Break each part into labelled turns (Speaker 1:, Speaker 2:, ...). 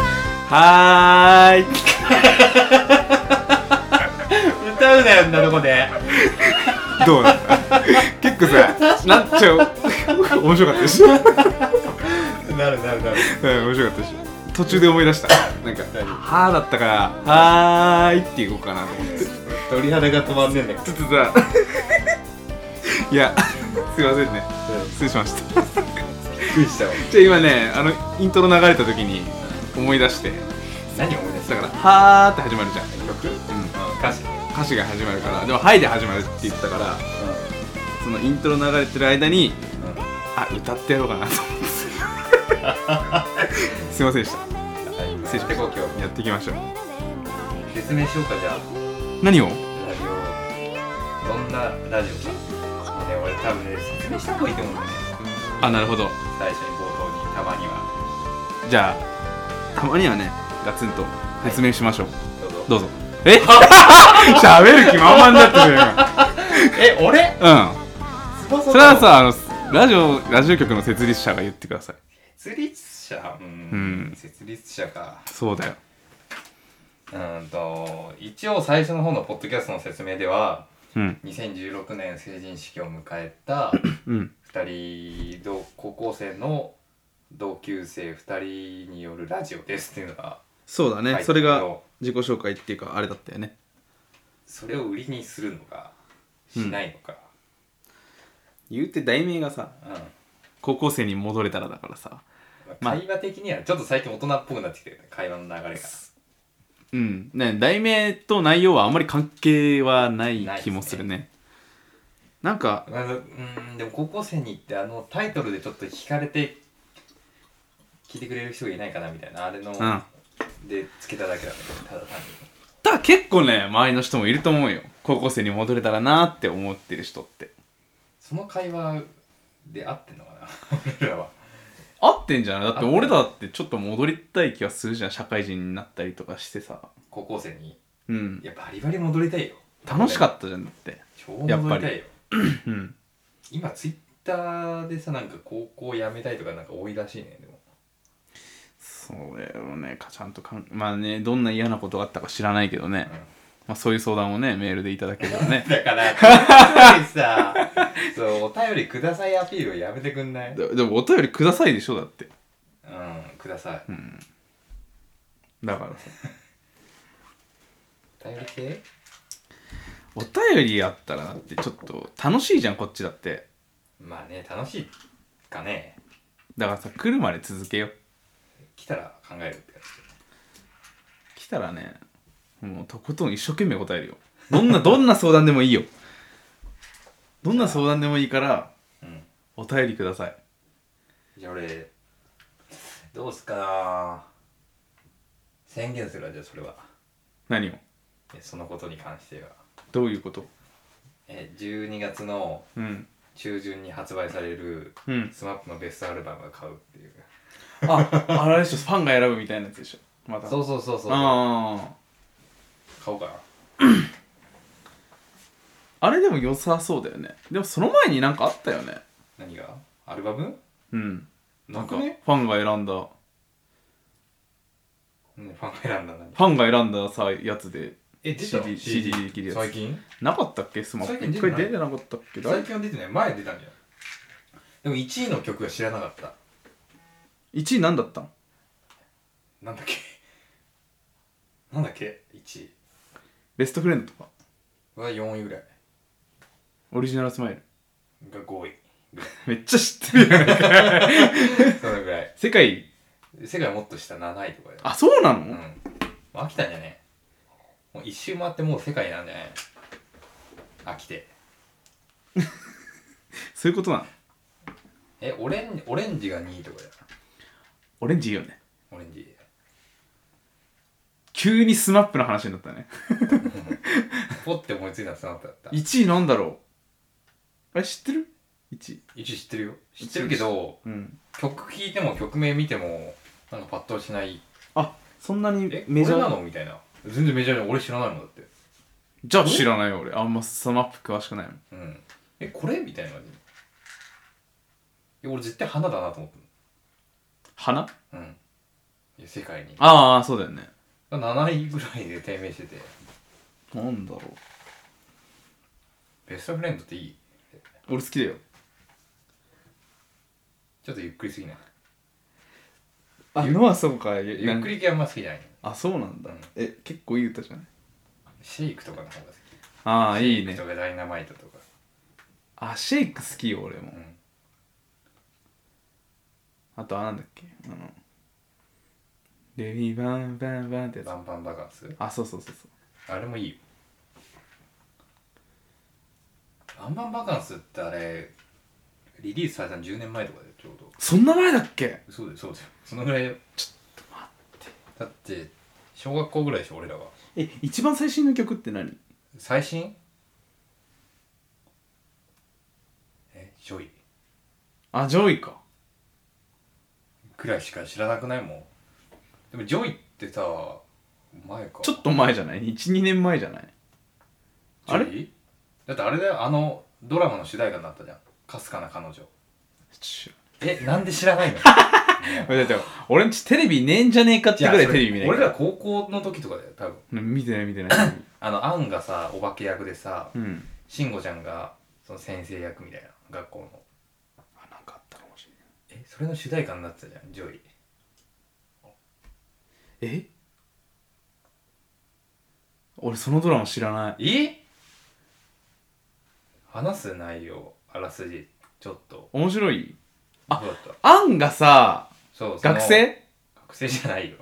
Speaker 1: はーい歌うなよんなとこで
Speaker 2: どう なんだ結構さなっちゃう面白かったし、うん、
Speaker 1: なるなるなる
Speaker 2: 面白かったし途中で思い出したなんか「
Speaker 1: 何
Speaker 2: はー」だったから「はーい」っていこうかなと思ってち
Speaker 1: 鳥肌が止まんねえんだけ
Speaker 2: ょっとさいやすいませんね
Speaker 1: どうん
Speaker 2: 失礼しました
Speaker 1: びっくりしたわ
Speaker 2: じゃあ今ねあのイントロ流れた時に思い出して
Speaker 1: 何思い出した
Speaker 2: だから「はー」って始まるじゃん
Speaker 1: 曲うん
Speaker 2: うん
Speaker 1: 歌詞
Speaker 2: 歌詞が始まるからでも「はい」で始まるって言ってたからそのイントロ流れてる間にあ歌ってやろうかなと思って すいませんでした
Speaker 1: うん
Speaker 2: 失礼しました
Speaker 1: こう今
Speaker 2: やっていきましょう
Speaker 1: 日説明しようかじゃあ
Speaker 2: 何を
Speaker 1: ラジオどんなラジオかもうね俺多分ね説明した方がいいと思うんだよね
Speaker 2: あなるほど
Speaker 1: 最初に冒頭にたまには
Speaker 2: じゃあたまにはねガツンと説明しましょう、
Speaker 1: ど
Speaker 2: ど
Speaker 1: うぞ
Speaker 2: うぞえ 喋る気満々だったじゃ
Speaker 1: え俺
Speaker 2: ん今うんそれはさあのラジオラジオ局の設立者が言ってください
Speaker 1: 設立者うん、
Speaker 2: うん
Speaker 1: 設立者か
Speaker 2: そうだよ
Speaker 1: うーんと一応最初の方のポッドキャストの説明では
Speaker 2: うん
Speaker 1: 2016年成人式を迎え た
Speaker 2: うん
Speaker 1: 2人同高校生の同級生2人によるラジオですっていうのが
Speaker 2: そうだね、
Speaker 1: はい
Speaker 2: それが自己紹介っていうかあれだったよね
Speaker 1: それを売りにするのかしないのか、
Speaker 2: 言うて題名がさ
Speaker 1: うん
Speaker 2: 高校生に戻れたらだからさまあ
Speaker 1: 会話的にはちょっと最近大人っぽくなってきてるね会話の流れが
Speaker 2: うんね題名と内容はあんまり関係はない
Speaker 1: ないです
Speaker 2: 気
Speaker 1: ね
Speaker 2: もするねなんか
Speaker 1: まずうーんでも高校生に行ってあのタイトルでちょっと惹かれて聞いてくれる人がいないかなみたいなあれの、
Speaker 2: うん
Speaker 1: でつけただけだねただ単に
Speaker 2: ただ結構ね周りの人もいると思うよ高校生に戻れたらなーって思ってる人って
Speaker 1: その会話で合ってんのかな 俺らは
Speaker 2: 合ってんじゃないだって
Speaker 1: 合ってる
Speaker 2: 俺だってちょっと戻りたい気がするじゃん社会人になったりとかしてさ
Speaker 1: 高校生に
Speaker 2: うん
Speaker 1: いやバリバリ戻りたいよ
Speaker 2: 楽しかったじゃんだって
Speaker 1: 超戻り
Speaker 2: や
Speaker 1: た
Speaker 2: っぱ
Speaker 1: い
Speaker 2: り
Speaker 1: よ
Speaker 2: うん
Speaker 1: 今ツイッターでさなんか高校辞めたいとかなんか多いらしいねでも
Speaker 2: それをねかちゃんとかんまあねどんな嫌なことがあったか知らないけどね、
Speaker 1: うん
Speaker 2: まあ、そういう相談をねメールでいただければね
Speaker 1: だからやっぱりさそうお便りくださいアピールをやめてくんない
Speaker 2: ででもお便りくださいでしょだって
Speaker 1: うんください
Speaker 2: だからさ
Speaker 1: お便り系
Speaker 2: お便りあったらだってちょっと楽しいじゃんこっちだって
Speaker 1: まあね楽しいかね
Speaker 2: だからさ来るまで続けよう
Speaker 1: 来たら考えるってや
Speaker 2: 来たらねもうとことん一生懸命答えるよどんなどんな相談でもいいよどんな相談でもいいから
Speaker 1: つうん
Speaker 2: お便りください
Speaker 1: じゃあ俺どうすかな宣言するわじゃあそれは
Speaker 2: 何を
Speaker 1: えそのことに関しては
Speaker 2: どういうこと
Speaker 1: え12月の
Speaker 2: うん
Speaker 1: 中旬に発売される
Speaker 2: うん
Speaker 1: SMAP のベストアルバムを買うっていう
Speaker 2: ああれでしょファンが選ぶみたいなやつでしょまた
Speaker 1: そううそうそうそう
Speaker 2: あ
Speaker 1: 買おうかな
Speaker 2: ああれでも良さそうだよねでもその前になんかあったよね
Speaker 1: 何がアルバム、
Speaker 2: うんなんか
Speaker 1: な
Speaker 2: フ
Speaker 1: くね
Speaker 2: ァンが選んだ
Speaker 1: うん、ファンが選んだ何
Speaker 2: ファンが選んださやつで
Speaker 1: え
Speaker 2: CD CD できるやつ
Speaker 1: 最近
Speaker 2: なかったっけスマッ
Speaker 1: 最
Speaker 2: プ
Speaker 1: 近
Speaker 2: 一
Speaker 1: 出て
Speaker 2: 回
Speaker 1: ない
Speaker 2: 出てなかったっけ
Speaker 1: 最近は出てない前出たんじゃんでも1位の曲は知らなかった
Speaker 2: 1位何だったん
Speaker 1: なんだっけなんだっけ1位
Speaker 2: ベストフレンドとか
Speaker 1: は4位ぐらい
Speaker 2: オリジナルスマイル
Speaker 1: が5位
Speaker 2: めっちゃ知ってるやん
Speaker 1: そのぐらい
Speaker 2: 世界
Speaker 1: 世界もっと下7位とかだよ
Speaker 2: あそうなの、
Speaker 1: うんもう飽きたんじゃねもう一周回ってもう世界なんじゃない飽きて
Speaker 2: そういうことなの
Speaker 1: えオレンオレンジが2位とかだよ
Speaker 2: オレンジいいよね
Speaker 1: オレンジ
Speaker 2: 急にスマップの話になったね
Speaker 1: ポッて思いついたのスナップだった
Speaker 2: 1位なんだろうあれ知ってる ?1 位
Speaker 1: 1位知ってるよ知ってるけど
Speaker 2: うん
Speaker 1: 曲聴いても曲名見てもなんかパッとしない
Speaker 2: あそんなに
Speaker 1: え
Speaker 2: メジャ
Speaker 1: 俺な
Speaker 2: ー
Speaker 1: のみたいな全然メジャーじゃん俺知らないもんだって
Speaker 2: じゃあ知らないよ俺あんまスマップ詳しくないの
Speaker 1: うんえこれみたいな感じえ俺絶対花だなと思っ
Speaker 2: 花
Speaker 1: たのうんいや世界に
Speaker 2: ああそうだよね
Speaker 1: 7位ぐらいで低迷してて
Speaker 2: なんだろ
Speaker 1: ベストフレンドっていいう
Speaker 2: 俺好きだよ
Speaker 1: ちょっとゆっくりすぎない
Speaker 2: あのはそうかゆ
Speaker 1: ゆっくり系あんま好きじゃない
Speaker 2: あそうなんだ、
Speaker 1: うん
Speaker 2: え結構いい歌じゃない
Speaker 1: シェイクとかの方が好き
Speaker 2: ああいい
Speaker 1: シェイ
Speaker 2: ね
Speaker 1: クとかダイナマイトとか
Speaker 2: あシェイク好きよ俺も
Speaker 1: うん
Speaker 2: あとあなんだっけあのレビバンバンバンってやつ
Speaker 1: バンバンバカンス
Speaker 2: あそうそうそうそう
Speaker 1: あれもいいよバンバンバカンスってあれリリースされたの10年前とかでちょうど
Speaker 2: そんな前だっけ
Speaker 1: そうだよそうだよそのぐらいだよちょっと待ってだって小学校ぐらいでしょ俺らが
Speaker 2: え一番最新の曲って何
Speaker 1: 最新えジョイ
Speaker 2: あジョイか
Speaker 1: くらいしか知らなくないもんでもジョイってさ前か
Speaker 2: ちょっと前じゃない12年前じゃない
Speaker 1: ジョイ
Speaker 2: あ
Speaker 1: だってあれだよあのドラマの主題歌になったじゃん「かすかな彼女
Speaker 2: ち」
Speaker 1: えなんで知らないの
Speaker 2: ょだって俺んちテレビねえんじゃねえかってぐらいテレビ見ない
Speaker 1: 俺
Speaker 2: から
Speaker 1: ら高校の時とかだよ多分
Speaker 2: うん見てない見て ない
Speaker 1: あのアンがさお化け役でさ
Speaker 2: うん
Speaker 1: 慎吾ちゃんがその先生役みたいな学校の
Speaker 2: あなんかあったかもしれない
Speaker 1: えそれの主題歌になってたじゃんジョイ
Speaker 2: え俺そのドラマ知らない
Speaker 1: え話す内容あらすじちょっと
Speaker 2: 面白いあ
Speaker 1: どうだった
Speaker 2: アンがさ
Speaker 1: そうその
Speaker 2: 学生
Speaker 1: 学生じゃないよ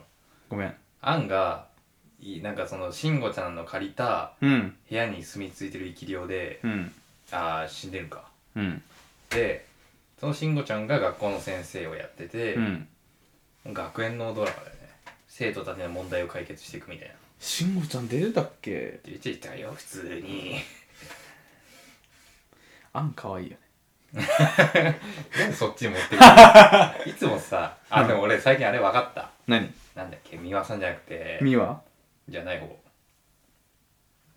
Speaker 2: ごめん
Speaker 1: アンがいなんかその慎吾ちゃんの借りた
Speaker 2: うん
Speaker 1: 部屋に住み着いてる生き量で
Speaker 2: うん
Speaker 1: ああ死んでるか
Speaker 2: うん
Speaker 1: でその慎吾ちゃんが学校の先生をやってて、
Speaker 2: うん
Speaker 1: 学園のドラマだよね生徒たちの問題を解決していくみたいな
Speaker 2: 慎吾ちゃん出てたっけ
Speaker 1: 出てたよ普通に
Speaker 2: アン可愛いよね
Speaker 1: なんでそっちに持ってくる いつもさあでも俺最近あれ分かった
Speaker 2: 何
Speaker 1: なんだっけ三輪さんじゃなくて
Speaker 2: 美は
Speaker 1: じゃない方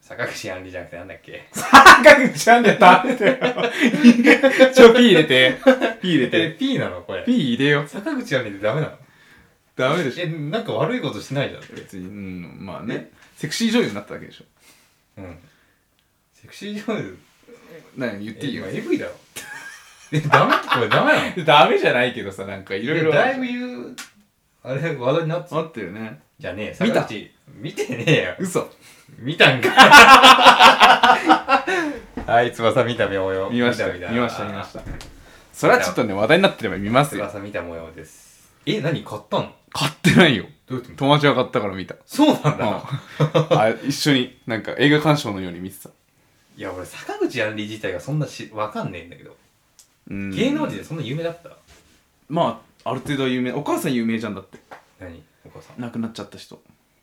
Speaker 1: 坂口杏里じゃなくてなんだっけ
Speaker 2: 赤くちゃんでたってよちょピー入れてピー入れ
Speaker 1: え
Speaker 2: て
Speaker 1: P なのこれ
Speaker 2: ピー入れよ
Speaker 1: 坂口杏里ってダメなの
Speaker 2: ダメでしょ
Speaker 1: えなんか悪いことしてないじゃん
Speaker 2: 別にうんまあねセクシー女優になっただけでしょ
Speaker 1: うんセクシー女優
Speaker 2: 何言っていいよ
Speaker 1: え今 AV だ ろえダメこれダメなの
Speaker 2: ダメじゃないけどさなんかい
Speaker 1: い
Speaker 2: ろいろ
Speaker 1: だいぶ言うあれ話題になってた
Speaker 2: あったよね
Speaker 1: じゃねえ
Speaker 2: 見た
Speaker 1: 坂口見てねえよ
Speaker 2: 嘘
Speaker 1: 見 たんかはい翼見た模様
Speaker 2: 見ました
Speaker 1: 見た
Speaker 2: 見ました見ましたそれはちょっとね話題になってれば見ますよ
Speaker 1: 翼見た模様ですえ何買ったの
Speaker 2: 買ってないよ
Speaker 1: どうやって見た
Speaker 2: 友達が買ったから見た
Speaker 1: そうなん
Speaker 2: う
Speaker 1: だ、
Speaker 2: んあ一緒になんか映画鑑賞のように見てた、
Speaker 1: いや俺坂口杏里自体がそんなしわかんねえんだけど、
Speaker 2: うん
Speaker 1: 芸能人でそんな有名だった
Speaker 2: まあある程度有名お母さん有名じゃんだって
Speaker 1: 何お母さん
Speaker 2: 亡くなっちゃった人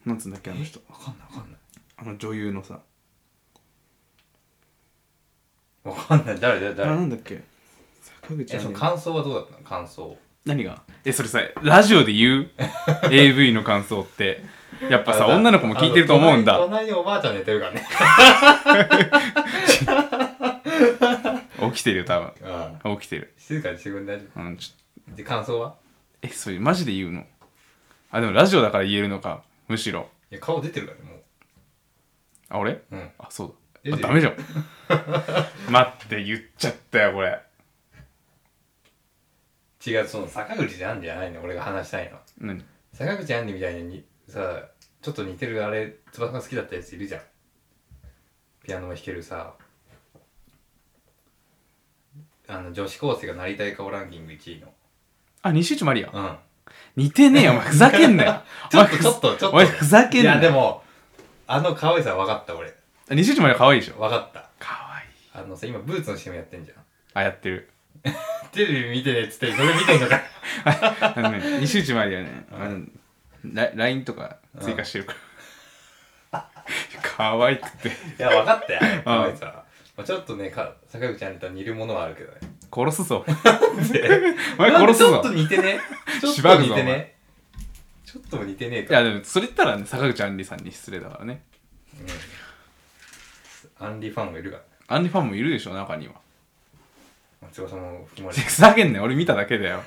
Speaker 2: なんつうんだっけあの人
Speaker 1: わかんないわかんない
Speaker 2: あの女優のさ
Speaker 1: わかんない誰誰
Speaker 2: あ
Speaker 1: 誰
Speaker 2: なんだっけ坂口
Speaker 1: えそ
Speaker 2: 杏
Speaker 1: の
Speaker 2: 里
Speaker 1: 感想はどうだったの感想
Speaker 2: 何がえそれさラジオで言う AV の感想ってやっぱさ女の子も聞いてると思うん
Speaker 1: あの
Speaker 2: だ
Speaker 1: 隣隣におばあちゃん寝てるからね
Speaker 2: 起きてるよ多
Speaker 1: ああ
Speaker 2: 分起きてる
Speaker 1: 静かにしてくん大丈
Speaker 2: うんちょ
Speaker 1: 夫で感想は
Speaker 2: えそれマジで言うのあでもラジオだから言えるのかむしろ
Speaker 1: いや顔出てるからねもう
Speaker 2: あ俺
Speaker 1: うん
Speaker 2: あそう
Speaker 1: え
Speaker 2: だあ
Speaker 1: で
Speaker 2: ダメじゃん 待って言っちゃったよこれ
Speaker 1: 違うその坂口じゃんじゃないの俺が話したいのは
Speaker 2: 何
Speaker 1: 坂口杏里みたいにさちょっと似てるあれ翼が好きだったやついるじゃんピアノも弾けるさあの女子高生がなりたい顔ランキング1位の
Speaker 2: あ西内まりや
Speaker 1: うん
Speaker 2: 似てねえよお前ふざけんなよ
Speaker 1: ちょっとちょっとちょっと
Speaker 2: お前ふざけん
Speaker 1: い
Speaker 2: なよ
Speaker 1: やでもあの可愛さ分かった俺
Speaker 2: あ西内まりや可愛いでしょ
Speaker 1: 分かった
Speaker 2: 可愛い
Speaker 1: あのさ今ブーツの CM やってんじゃん
Speaker 2: あやってる
Speaker 1: テレビ見てねっつってそれ見てん のか
Speaker 2: あのね西内まりやねあのラ LINE とか追加してるから可愛くて
Speaker 1: いや分かったよ可愛さは、まあ、ちょっとねか坂口杏里と似るものはあるけどね
Speaker 2: 殺すぞ お前殺す
Speaker 1: なんかちょっ
Speaker 2: ぞ
Speaker 1: と似て ね。ちょっ
Speaker 2: しば
Speaker 1: と
Speaker 2: く
Speaker 1: 似
Speaker 2: ぞ
Speaker 1: てね。ちょっと似てねえ
Speaker 2: い
Speaker 1: か。
Speaker 2: やでもそれ言ったらね坂口あんりさんに失礼だからね
Speaker 1: アンリファンがいるからね。
Speaker 2: アンリファンもいるでしょ中には
Speaker 1: 松尾さんも含まれて。
Speaker 2: ふざけんなよ俺見ただけだよ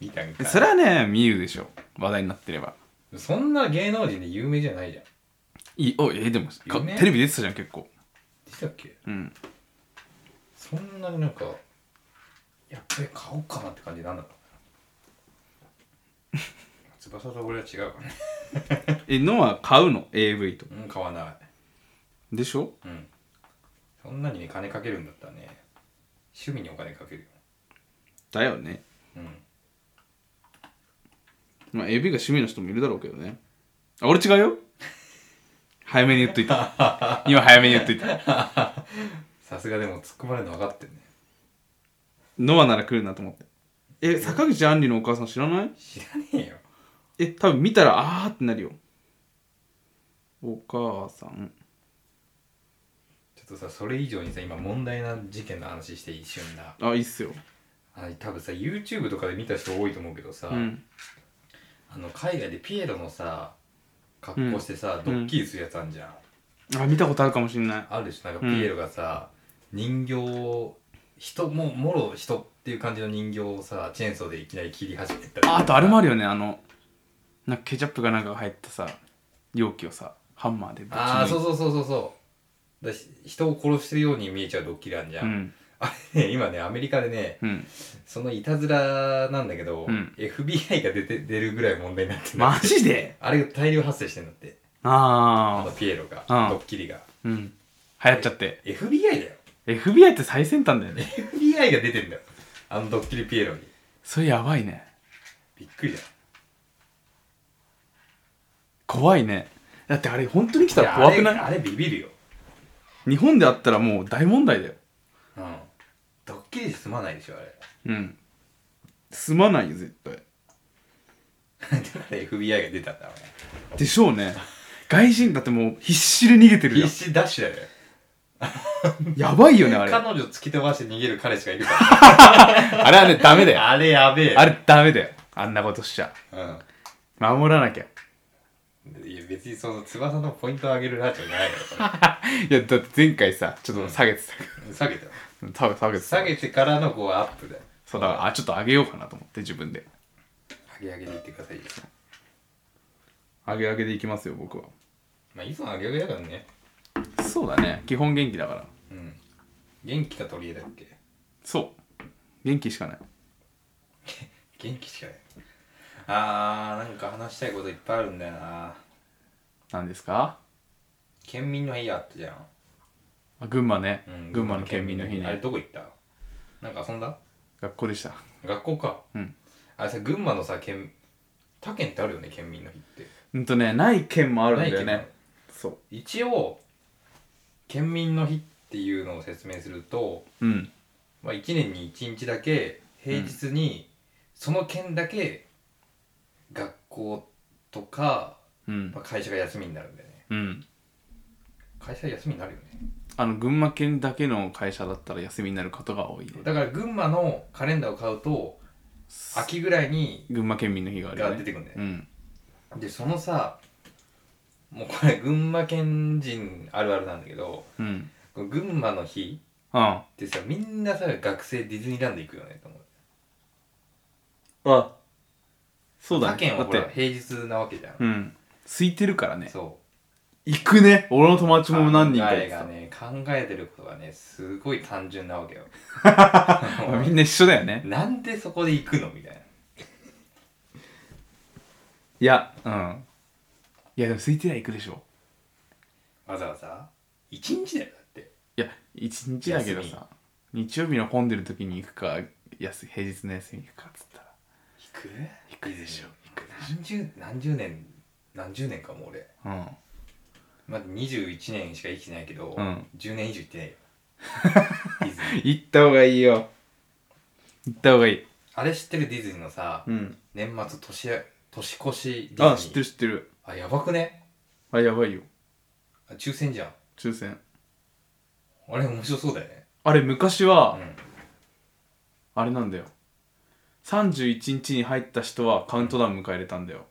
Speaker 1: 見たんか
Speaker 2: え
Speaker 1: い
Speaker 2: それはね見るでしょ話題になってれば
Speaker 1: そんな芸能人で有名じゃないじゃん
Speaker 2: いいおえでもか
Speaker 1: 夢
Speaker 2: テレビ出てたじゃん結構
Speaker 1: でしたっけ
Speaker 2: うん
Speaker 1: そんなになんかやっぱり買おうかなって感じなんだろう翼と俺は違うからね
Speaker 2: えノア買うの AV と
Speaker 1: うん買わない
Speaker 2: でしょ
Speaker 1: うんそんなにね金かけるんだったらね趣味にお金かけるよ
Speaker 2: だよね
Speaker 1: うん
Speaker 2: まあ AV が趣味の人もいるだろうけどねあ俺違 うよ早めに言っといた今早めに言っといた
Speaker 1: さすがでも突っ込まれるの分かってるね
Speaker 2: ノアなら来るなと思ってえ坂口杏里のお母さん知らない
Speaker 1: 知らねえよ
Speaker 2: え多分見たらあーってなるよお母さん
Speaker 1: ちょっとさそれ以上にさ今問題な事件の話して一瞬だ
Speaker 2: あいいっすよ
Speaker 1: あ多分さ YouTube とかで見た人多いと思うけどさ、
Speaker 2: うん
Speaker 1: あの海外でピエロのさ格好してさ、ドッキリするやつあんじゃん、
Speaker 2: あ見たことあるかもしんない
Speaker 1: あるでしょなんかピエロがさ、人形を人もうもろ人っていう感じの人形をさチェーンソーでいきなり切り始めたり
Speaker 2: ああとあれもあ
Speaker 1: る
Speaker 2: るよねあのなんかケチャップかなんかが入ったさ容器をさハンマーでぶち
Speaker 1: ああ
Speaker 2: 抜
Speaker 1: そう
Speaker 2: いて
Speaker 1: そうそうそうそうだし人を殺してるように見えちゃうドッキリあんじゃん、
Speaker 2: うん
Speaker 1: あれね今ねアメリカでね
Speaker 2: うん
Speaker 1: そのいたずらなんだけど、
Speaker 2: うん
Speaker 1: FBI が出て出るぐらい問題になってる
Speaker 2: マジで
Speaker 1: あれが大量発生してんだってあの
Speaker 2: ああ
Speaker 1: ピエロが
Speaker 2: あ
Speaker 1: ドッキリが
Speaker 2: うん流行っちゃって
Speaker 1: FBI だよ
Speaker 2: FBI って最先端だよね
Speaker 1: FBI が出てんだよあのドッキリピエロに
Speaker 2: それやばいね
Speaker 1: びっくりだよ
Speaker 2: 怖いねだってあれ本当に来たら怖くない
Speaker 1: やあれあれビビるよ
Speaker 2: 日本であったらもう大問題だよ
Speaker 1: うんドッキリじゃ済まないでしょあれ
Speaker 2: うんすまないよ絶対
Speaker 1: だから FBI が出たんだろう
Speaker 2: でしょうね外人だってもう必死で逃げて
Speaker 1: ね
Speaker 2: るや
Speaker 1: 必
Speaker 2: ん
Speaker 1: 死ダッシュだよ
Speaker 2: やばいよねあれ
Speaker 1: 彼女突き飛ばして逃げる彼氏がいるか
Speaker 2: あれはねダメだよ
Speaker 1: らあれやべえ
Speaker 2: あれダメだよあんなことしちゃ守らな きゃ
Speaker 1: うんいや別にその翼のポイントを上げるラジオじゃないよ
Speaker 2: いやだって前回さちょっと下げてたか
Speaker 1: これ下げて
Speaker 2: ら多分下げてた
Speaker 1: 下げてからのこうアップだよ
Speaker 2: そうだからあちょっと上げようかなと思って自分で
Speaker 1: 上げ上げでいってくださいよ
Speaker 2: 上げ上げでいきますよ僕は
Speaker 1: まあいつも上げ上げだからね
Speaker 2: そうだね基本元気だから
Speaker 1: うん元気か取り柄だっけ
Speaker 2: そう元気しかない
Speaker 1: 元気しかないあーなんか話したいこといっぱいあるんだよな
Speaker 2: なんですか
Speaker 1: 県民の日あったじゃん、
Speaker 2: あ群馬ね、
Speaker 1: うん、
Speaker 2: 群馬の県民の日
Speaker 1: あれ
Speaker 2: ね
Speaker 1: どこ行ったなんか遊んだ
Speaker 2: 学校でした
Speaker 1: 学校か
Speaker 2: うん
Speaker 1: あれさ群馬のさ県他県ってあるよね県民の日って
Speaker 2: うんとねない県もあるんだよ
Speaker 1: ない県も
Speaker 2: ねそ
Speaker 1: 一応県民の日っていうのを説明すると、
Speaker 2: ううん
Speaker 1: まあ、1年に1日だけ平日にその県だけ学校とか、
Speaker 2: うん
Speaker 1: まあ、会社が休みになるんだよね
Speaker 2: うん
Speaker 1: 会社休みになるよね
Speaker 2: あの群馬県だけの会社だったら休みになることが多いね
Speaker 1: だから群馬のカレンダーを買うと
Speaker 2: す
Speaker 1: 秋ぐらいに
Speaker 2: 群馬県民の日があるよ
Speaker 1: が出
Speaker 2: ね
Speaker 1: てくるんだよ、
Speaker 2: うん
Speaker 1: でそのさもうこれ群馬県人あるあるなんだけど
Speaker 2: うん
Speaker 1: この群馬の日
Speaker 2: あ
Speaker 1: ってさみんなさ学生ディズニーランド行くよねと思う
Speaker 2: あそうだ
Speaker 1: 他
Speaker 2: ね
Speaker 1: 県はほ
Speaker 2: だ
Speaker 1: ら
Speaker 2: って
Speaker 1: 平日なわけじゃん、
Speaker 2: うん空いてるからね
Speaker 1: そ
Speaker 2: 行くね俺の友
Speaker 1: う
Speaker 2: 達も何人か
Speaker 1: 考え
Speaker 2: い
Speaker 1: が
Speaker 2: た
Speaker 1: ね考えてることがねすごい単純なわけよ
Speaker 2: みんな一緒だよね
Speaker 1: なんでそこで行くのみたいない
Speaker 2: やうんいやでも空いてりゃ行くでしょ
Speaker 1: わざわざ一日だよだって
Speaker 2: いや一日だけどさ日曜日の混んでる時に行くか休平日の休みに行くかっつったら
Speaker 1: 行く
Speaker 2: 行くでしょ行く
Speaker 1: 何十何十年何十年かもう俺
Speaker 2: うん
Speaker 1: まだ21年しか生きてないけど、
Speaker 2: うん
Speaker 1: 10年以上行ってないよディズニー
Speaker 2: 行った方がいいよ行った方がいい
Speaker 1: あれ知ってるディズニーのさ、
Speaker 2: うん
Speaker 1: 年末年明年越しディズニー
Speaker 2: あ知ってる知ってる
Speaker 1: あやばくね
Speaker 2: あやばいよ
Speaker 1: あ抽選じゃん
Speaker 2: 抽選
Speaker 1: あれ面白そうだよね
Speaker 2: あれ昔は、
Speaker 1: うん
Speaker 2: あれなんだよ31日に入った人はカウントダウン迎えれたんだよ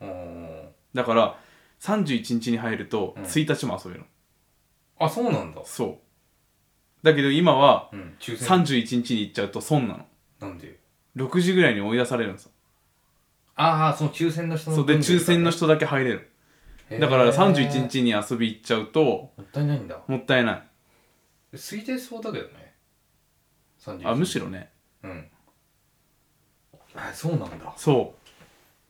Speaker 1: うーん
Speaker 2: だから31日に入ると
Speaker 1: うん
Speaker 2: 1日も遊べるの、
Speaker 1: あそうなんだ
Speaker 2: そうだけど今は
Speaker 1: うん抽選
Speaker 2: 31日に行っちゃうと損なの
Speaker 1: なんで
Speaker 2: 6時ぐらいに追い出されるんですよ
Speaker 1: ああその抽選の人の
Speaker 2: そうで
Speaker 1: 分です
Speaker 2: 抽
Speaker 1: か
Speaker 2: 選の人だけ入れる
Speaker 1: へー
Speaker 2: だから31日に遊び行っちゃうと
Speaker 1: もったいないんだ
Speaker 2: もったいない
Speaker 1: 空いてそうだけどね31日
Speaker 2: あむしろね
Speaker 1: うんあそうなんだ
Speaker 2: そ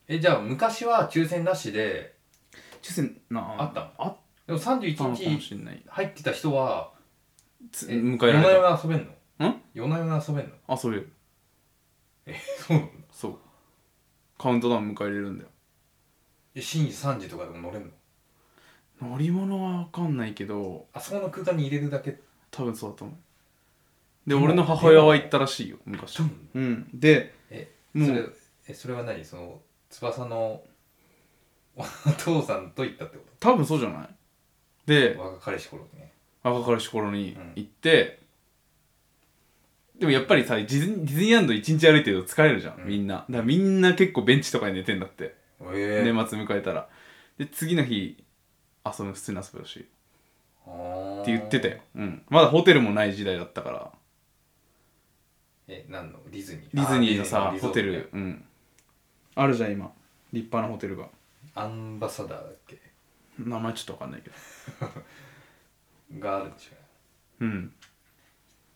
Speaker 1: えじゃあ昔は抽選なしで
Speaker 2: う抽選な
Speaker 1: あった
Speaker 2: あっ
Speaker 1: でも
Speaker 2: た
Speaker 1: 31
Speaker 2: のかも
Speaker 1: 日
Speaker 2: しれない
Speaker 1: 入ってた人は
Speaker 2: つ
Speaker 1: え
Speaker 2: 迎えられ
Speaker 1: 夜な夜な遊べんの
Speaker 2: ん
Speaker 1: 夜な夜な遊べんの
Speaker 2: た遊べる
Speaker 1: そうなの
Speaker 2: そうカウントダウン迎えれるんだよ
Speaker 1: え深夜3時とかでも乗れんの
Speaker 2: 乗り物は分かんないけど
Speaker 1: あそこの空間に入れるだけ
Speaker 2: 多分そうだと思うで
Speaker 1: でも
Speaker 2: 俺の母親は行ったらしいよ昔
Speaker 1: そう
Speaker 2: うんで
Speaker 1: え
Speaker 2: も
Speaker 1: それ
Speaker 2: う
Speaker 1: えそれは何その翼のお父さんと行ったってこ
Speaker 2: 多分そうじゃないで
Speaker 1: と若彼氏頃にね
Speaker 2: 赤からし頃に行って、でもやっぱりさディズニーディズニーランド一日歩いてると疲れるじゃん、
Speaker 1: うん
Speaker 2: みんなだからみんな結構ベンチとかに寝てんだって、
Speaker 1: ええ
Speaker 2: 年末迎えたらで次の日遊ぶ普通に遊ぶらしい
Speaker 1: っ
Speaker 2: って言ってたよ、うん、まだホテルもない時代だったから
Speaker 1: え何のディズニー
Speaker 2: ディズニーのさ
Speaker 1: あディズ
Speaker 2: ホ
Speaker 1: ニー
Speaker 2: テ
Speaker 1: リゾ
Speaker 2: ル、
Speaker 1: ートね
Speaker 2: うんあるじゃん今立派なホテルが
Speaker 1: アンバサダーだっけ
Speaker 2: 名前ちょっとわかんないけど
Speaker 1: があるんでしょ
Speaker 2: うん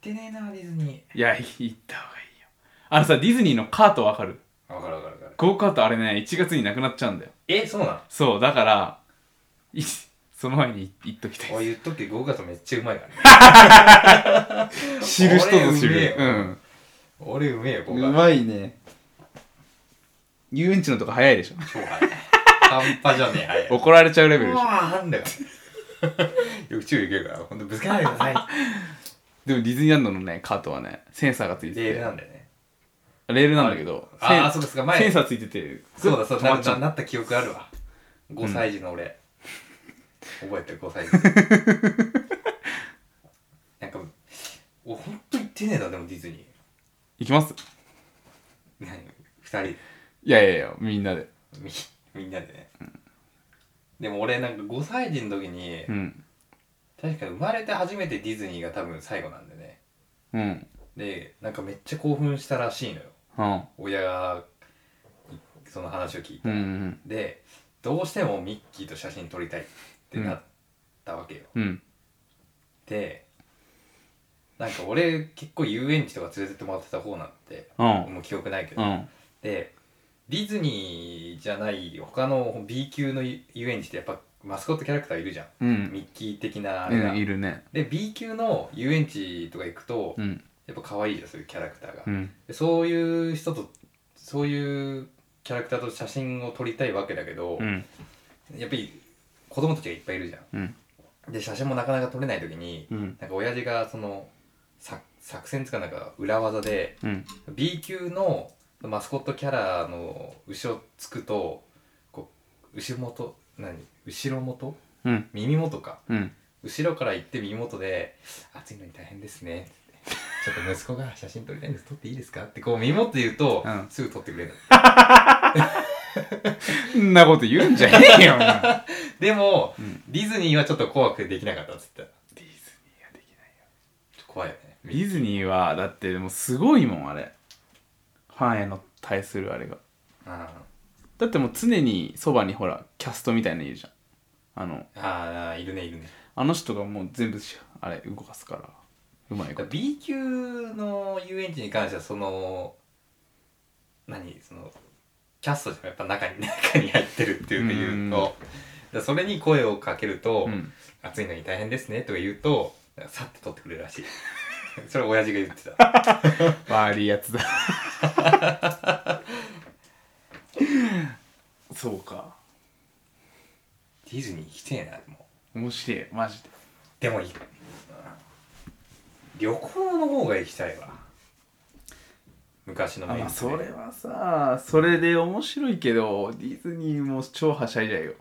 Speaker 1: 行ってねえなディズニ
Speaker 2: いやい行った方がいいよあのさディズニーのカートわかる
Speaker 1: ーわかるわかるわかる
Speaker 2: ゴーカートあれね1月になくなっちゃうんだよ
Speaker 1: えそうなの
Speaker 2: そうだからい その前に行っときた
Speaker 1: おい
Speaker 2: い
Speaker 1: 言っとくけど5月めっちゃうまいからね
Speaker 2: 知る人ぞ知
Speaker 1: 俺うめえ
Speaker 2: る
Speaker 1: よ
Speaker 2: うん
Speaker 1: 俺うめえよ5
Speaker 2: う
Speaker 1: 月
Speaker 2: まいね遊園地のとか早いでしょ
Speaker 1: 超早い半端じゃねえ早い
Speaker 2: 怒られちゃうレベル
Speaker 1: う
Speaker 2: でしょ
Speaker 1: わー なんだよよく注意受けるからほんとぶつけないでください
Speaker 2: でもディズニーランドのねカートはねセンサーがついてて
Speaker 1: レールなんだよね
Speaker 2: レールなんだけど
Speaker 1: あー
Speaker 2: セン
Speaker 1: あーそうですか前
Speaker 2: センサーついてて
Speaker 1: そうだそう
Speaker 2: 止
Speaker 1: だ
Speaker 2: ま
Speaker 1: な
Speaker 2: っちゃ
Speaker 1: な
Speaker 2: う
Speaker 1: なった記憶あるわ5歳児の俺、覚えてる5歳児 なんかおほんと行ってねえなでもディズニ
Speaker 2: 行きます
Speaker 1: ー何2人
Speaker 2: いやいやいやみんなで
Speaker 1: みみんなでね、でも俺なんか5歳児の時に、
Speaker 2: うん
Speaker 1: 確か生まれて初めてディズニーが多分最後なんでね
Speaker 2: うん
Speaker 1: でなんかめっちゃ興奮したらしいのよ
Speaker 2: うん
Speaker 1: 親がその話を聞い
Speaker 2: う
Speaker 1: て
Speaker 2: んうん
Speaker 1: でどうしてもミッキーと写真撮りたいってなったわけよ、
Speaker 2: うん
Speaker 1: でなんか俺結構遊園地とか連れてってもらってた方なんて
Speaker 2: うん
Speaker 1: もう記憶ないけ
Speaker 2: う
Speaker 1: ど、
Speaker 2: ん
Speaker 1: でディズニーじゃない他の B 級の遊園地ってやっぱマスコットキャラクターいるじゃん、
Speaker 2: うん
Speaker 1: ミッキー的なあれが、
Speaker 2: うんいるね
Speaker 1: で B 級の遊園地とか行くと、
Speaker 2: うん
Speaker 1: やっぱ可愛いじゃんそういうキャラクターが、
Speaker 2: うん
Speaker 1: でそういう人とそういうキャラクターと写真を撮りたいわけだけど、
Speaker 2: うん
Speaker 1: やっぱり子供たちがいっぱいいるじゃ
Speaker 2: うん
Speaker 1: んで写真もなかなか撮れない時に
Speaker 2: うん
Speaker 1: なんか親父がその作作戦つかなんか裏技で
Speaker 2: うん
Speaker 1: B 級のマスコットキャラの後ろつくとこう後ろ元何後ろ元
Speaker 2: うん
Speaker 1: 耳元か
Speaker 2: うん
Speaker 1: 後ろから行って耳元で「暑いのに大変ですね」ちょっと息子が写真撮りたいんです撮っていいですか?」ってこう耳元で言うと、
Speaker 2: うん
Speaker 1: すぐ撮ってくれる
Speaker 2: んなこと言うんじゃねえよお前ディ
Speaker 1: でも、
Speaker 2: うん
Speaker 1: ディズニーはちょっと怖くてできなかったっつってた
Speaker 2: ズニーはできない
Speaker 1: ちょっと怖いよね
Speaker 2: ディズニーはだってでもすごいもんあれファンへの対するあれが
Speaker 1: あ
Speaker 2: だってもう常にそばにほらキャストみたいなのいるじゃんあの
Speaker 1: ーあーいるねいるね
Speaker 2: あの人がもう全部しあれ動かすからうまいこと
Speaker 1: B 級の遊園地に関してはその何そのキャストじゃやっぱ中に 中に入ってるっていうか言うとだからそれに声をかけると、
Speaker 2: うん
Speaker 1: 暑いのに大変ですねとか言うとなんかさって取ってくれるらしい それ親父が言ってた
Speaker 2: 悪いやつだ そうか
Speaker 1: ディズニー行きてえなでも
Speaker 2: 面白いマジで
Speaker 1: でもいい旅行の方が行きたいわ昔の
Speaker 2: あ
Speaker 1: メン
Speaker 2: まあ
Speaker 1: ツ
Speaker 2: それはさそれで面白いけどディズニーも超はしゃいじゃうよ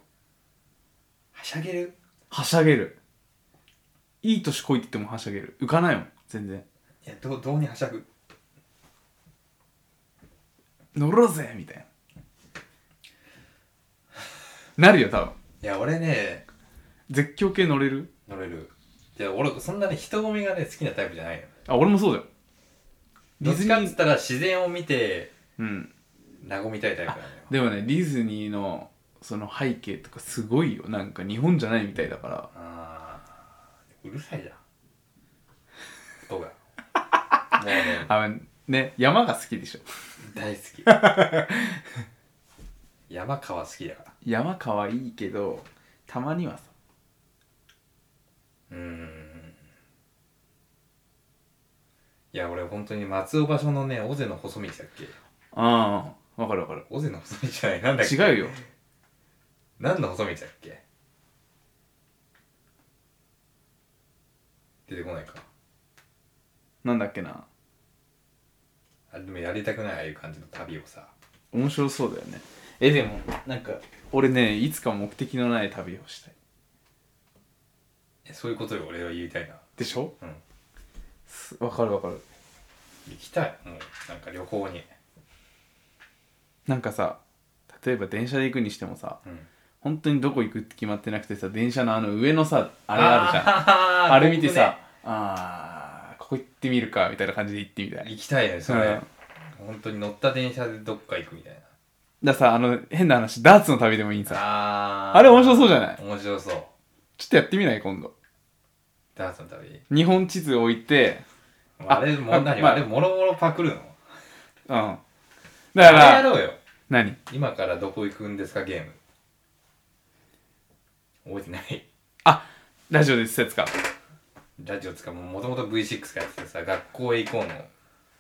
Speaker 1: はしゃげる
Speaker 2: はしゃげるいい年こいててもはしゃげる浮かないもん全然
Speaker 1: いやどうどうにはしゃぐ
Speaker 2: 乗ろうぜみたいななるよ多分
Speaker 1: いや俺ね
Speaker 2: 絶叫系乗れる
Speaker 1: 乗れるいや俺そんなね人混みがね好きなタイプじゃないの
Speaker 2: あ俺もそうだよデ
Speaker 1: ど
Speaker 2: ィ
Speaker 1: っ
Speaker 2: ズ
Speaker 1: ち
Speaker 2: ニ
Speaker 1: かっつっ
Speaker 2: ー
Speaker 1: たら自然を見て
Speaker 2: うん
Speaker 1: 和みたいタイプなのよ
Speaker 2: でもねディズニーのその背景とかすごいよなんか日本じゃないみたいだから
Speaker 1: あーうるさいじゃん 僕はもうね
Speaker 2: あね山が好きでしょ
Speaker 1: 大好き山川好きだから
Speaker 2: 山可愛いけどたまにはさ
Speaker 1: うーんいや俺本当に松尾場所のね尾瀬の細道だっけ
Speaker 2: ああわかるわかる
Speaker 1: 尾瀬の細道じゃないなんだっけ
Speaker 2: 違うよ
Speaker 1: 何の細道だっけ出てこないか
Speaker 2: なんだっけな
Speaker 1: あでもやりたくないああいう感じの旅をさ
Speaker 2: 面白そうだよねえでもなんか俺ねいつか目的のない旅をしたい
Speaker 1: えそういうことよ俺は言いたいな
Speaker 2: でしょ
Speaker 1: うん
Speaker 2: すわかるわかる
Speaker 1: 行きたいもうなんか旅行に
Speaker 2: なんかさ例えば電車で行くにしてもさ
Speaker 1: うん
Speaker 2: 本当にどこ行くって決まってなくてさ電車のあの上のさあ
Speaker 1: あ
Speaker 2: れあるじゃん
Speaker 1: ゃ
Speaker 2: あれ見てさ、あーここ行ってみるかみたいな感じで行ってみたい
Speaker 1: 行きたいねそ
Speaker 2: うん
Speaker 1: れ、本当に乗った電車でどっか行くみたいな
Speaker 2: だからさあの変な話ダーツの旅でもいいんさ
Speaker 1: あー
Speaker 2: あれ面白そうじゃない
Speaker 1: 面白そう
Speaker 2: ちょっとやってみない今度
Speaker 1: ダーツの旅
Speaker 2: 日本地図置いてあ
Speaker 1: あれも
Speaker 2: あ
Speaker 1: う何
Speaker 2: まあ
Speaker 1: あれもろもろパクるの
Speaker 2: うんだか
Speaker 1: あれ
Speaker 2: ら
Speaker 1: やろうよ
Speaker 2: 何
Speaker 1: 今からどこ行くんですかゲーム覚えてない
Speaker 2: ラジオで説か
Speaker 1: ラジオつかもともと V6 がやっててさ学校へ行こうの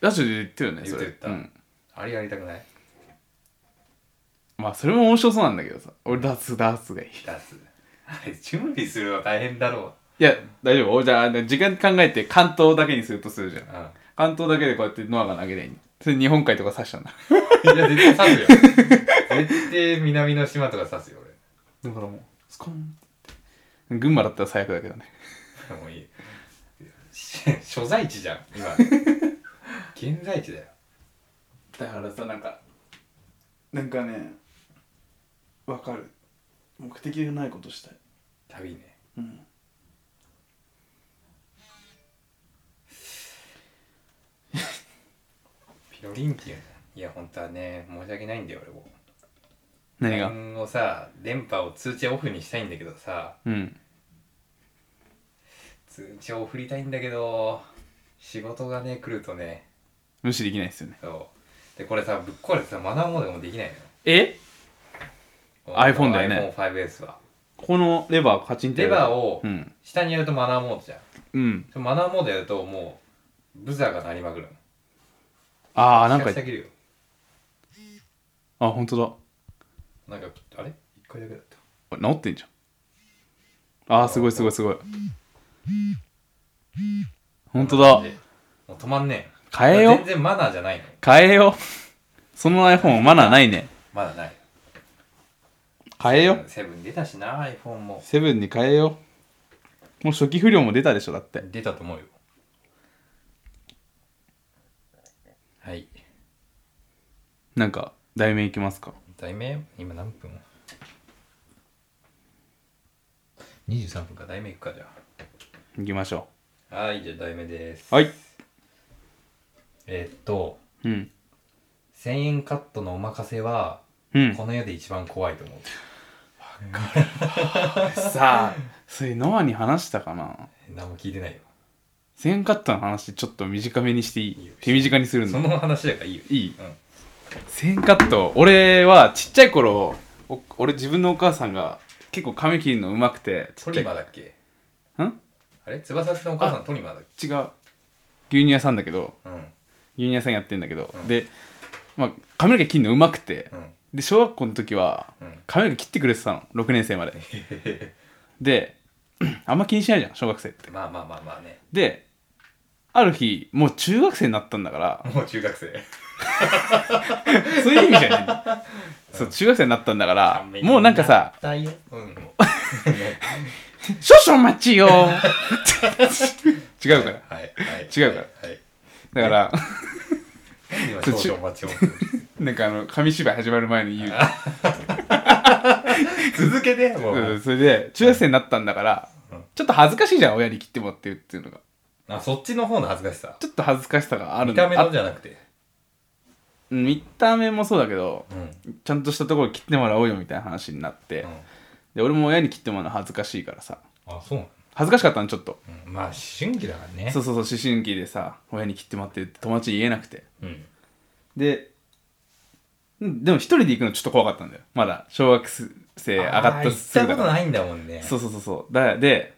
Speaker 2: ラジオで言ってるよねそれ
Speaker 1: 言ってた
Speaker 2: うん、
Speaker 1: あれやりたくない
Speaker 2: まあそれも面白そうなんだけどさ俺ダーツダーツがいいい
Speaker 1: ダーツあれ準備するの大変だろ
Speaker 2: や大丈夫じゃあ時間考えて関東だけにするとするじゃん
Speaker 1: う、うん
Speaker 2: 関東だけでこうやってノアが投げりゃいいのそれ日本海とか刺したんだ
Speaker 1: いや、絶対刺すよ。絶対南の島とか刺すよ、
Speaker 2: だからもうスコーンって群馬だったら最悪だけどね
Speaker 1: 俺。もういい。し所在地じゃん、今。現在地だよ。
Speaker 2: だからさなんかなんかねわかる目的がないことしたい
Speaker 1: 旅ね。
Speaker 2: うん
Speaker 1: ピロリンっていうのいや、本当はね、申し訳ないんだよ、俺も。
Speaker 2: 何が
Speaker 1: LINE をさ、電波を通知オフにしたいんだけどさ、
Speaker 2: うん
Speaker 1: 通知を振りたいんだけど、仕事がね、来るとね、
Speaker 2: 無視できないですよね
Speaker 1: そう。で、これさ、ぶっ壊れてさ、マナーモードもできないのよ。
Speaker 2: え
Speaker 1: こ
Speaker 2: iPhone
Speaker 1: の
Speaker 2: だよね
Speaker 1: iPhone5S は。
Speaker 2: このレバーカチンって
Speaker 1: レバーを
Speaker 2: うん
Speaker 1: 下にやるとマナーモードじゃん。
Speaker 2: うん
Speaker 1: そのマナーモードやるともうブザーが鳴りまくるの
Speaker 2: ああなんか
Speaker 1: 久々切るよ
Speaker 2: あ本当だ
Speaker 1: なんかあれ一回だけだった
Speaker 2: あ治ってんじゃんああすごいすごいすごい本当だ
Speaker 1: こんな感じもう止まんねえ
Speaker 2: 変えよ
Speaker 1: 全然マナーじゃないの
Speaker 2: 変えよその iPhone マナーないね
Speaker 1: まだない
Speaker 2: 変えよ
Speaker 1: セブン出たしな iPhone も
Speaker 2: セブンに変えよもう初期不良も出たでしょだって
Speaker 1: 出たと思うよはい
Speaker 2: なんか題名いきますか
Speaker 1: 題名今何分23分か題名いくかじゃ
Speaker 2: いきましょ
Speaker 1: あはいじゃあ題名です
Speaker 2: うはい
Speaker 1: えーっと
Speaker 2: うん
Speaker 1: 1000円カットのお任せは
Speaker 2: うん
Speaker 1: この世で一番怖いと思う
Speaker 2: さあそれノアに話したかな
Speaker 1: 何も聞いてないよ
Speaker 2: 1000円カットの話ちょっと短めにしていい
Speaker 1: いいよ
Speaker 2: 手短にする
Speaker 1: そ
Speaker 2: の
Speaker 1: の話だからいいよ
Speaker 2: いい
Speaker 1: うん
Speaker 2: 1000円カット俺はちっちゃい頃お俺自分のお母さんが結構髪切るのうまくてち
Speaker 1: ト
Speaker 2: っちゃい
Speaker 1: リマーだっけ
Speaker 2: ん
Speaker 1: あれ翼くんのお母さんトリマーだっ
Speaker 2: 違う牛乳屋さんだけど
Speaker 1: けうん
Speaker 2: 牛乳屋さんやってんだけど、
Speaker 1: うん
Speaker 2: で、まあ、髪の毛切るのうまくて
Speaker 1: うん
Speaker 2: で小学校の時は
Speaker 1: うん
Speaker 2: 髪の毛切ってくれてたの6年生まで であんま気にしないじゃん小学生って
Speaker 1: まあまあまあまあね
Speaker 2: である日もう中学生になったんだから
Speaker 1: もう中学生
Speaker 2: そういう意味じゃ ないそう中学生になったんだからもうなんかさ
Speaker 1: 大変うん
Speaker 2: 「少々お待ちよ」違うから
Speaker 1: はいはい
Speaker 2: 違うから
Speaker 1: はい
Speaker 2: だ から
Speaker 1: 今少々お待ちを
Speaker 2: なんかあの紙芝居始まる前に言う
Speaker 1: 続けて
Speaker 2: そ
Speaker 1: も
Speaker 2: う
Speaker 1: う
Speaker 2: それで中学生になったんだから
Speaker 1: うん
Speaker 2: ちょっと恥ずかしいじゃん親に切ってもらってるっていうのが
Speaker 1: あそっちの方の恥ずかしさ
Speaker 2: ちょっと恥ずかしさがある
Speaker 1: 見
Speaker 2: んだ
Speaker 1: た目の
Speaker 2: あ
Speaker 1: じゃなくて
Speaker 2: うん見た目もそうだけど
Speaker 1: うん、
Speaker 2: ちゃんとしたところ切ってもらおうよみたいな話になって、
Speaker 1: うん、
Speaker 2: で俺も親に切ってもらうの恥ずかしいからさ
Speaker 1: あそうな
Speaker 2: 恥ずかしかったのちょっと、
Speaker 1: の、うん、まあ思春期だからね
Speaker 2: そうそうそう思春期でさ親に切ってもらってるって友達に言えなくて
Speaker 1: うん
Speaker 2: でうんでも一人で行くのちょっと怖かったんだよまだ小学生上が
Speaker 1: あ
Speaker 2: っ
Speaker 1: ー
Speaker 2: たすぐ
Speaker 1: 行
Speaker 2: だ
Speaker 1: ったこ
Speaker 2: か
Speaker 1: と
Speaker 2: ら
Speaker 1: ないんだもんね
Speaker 2: そうそうそうそうだで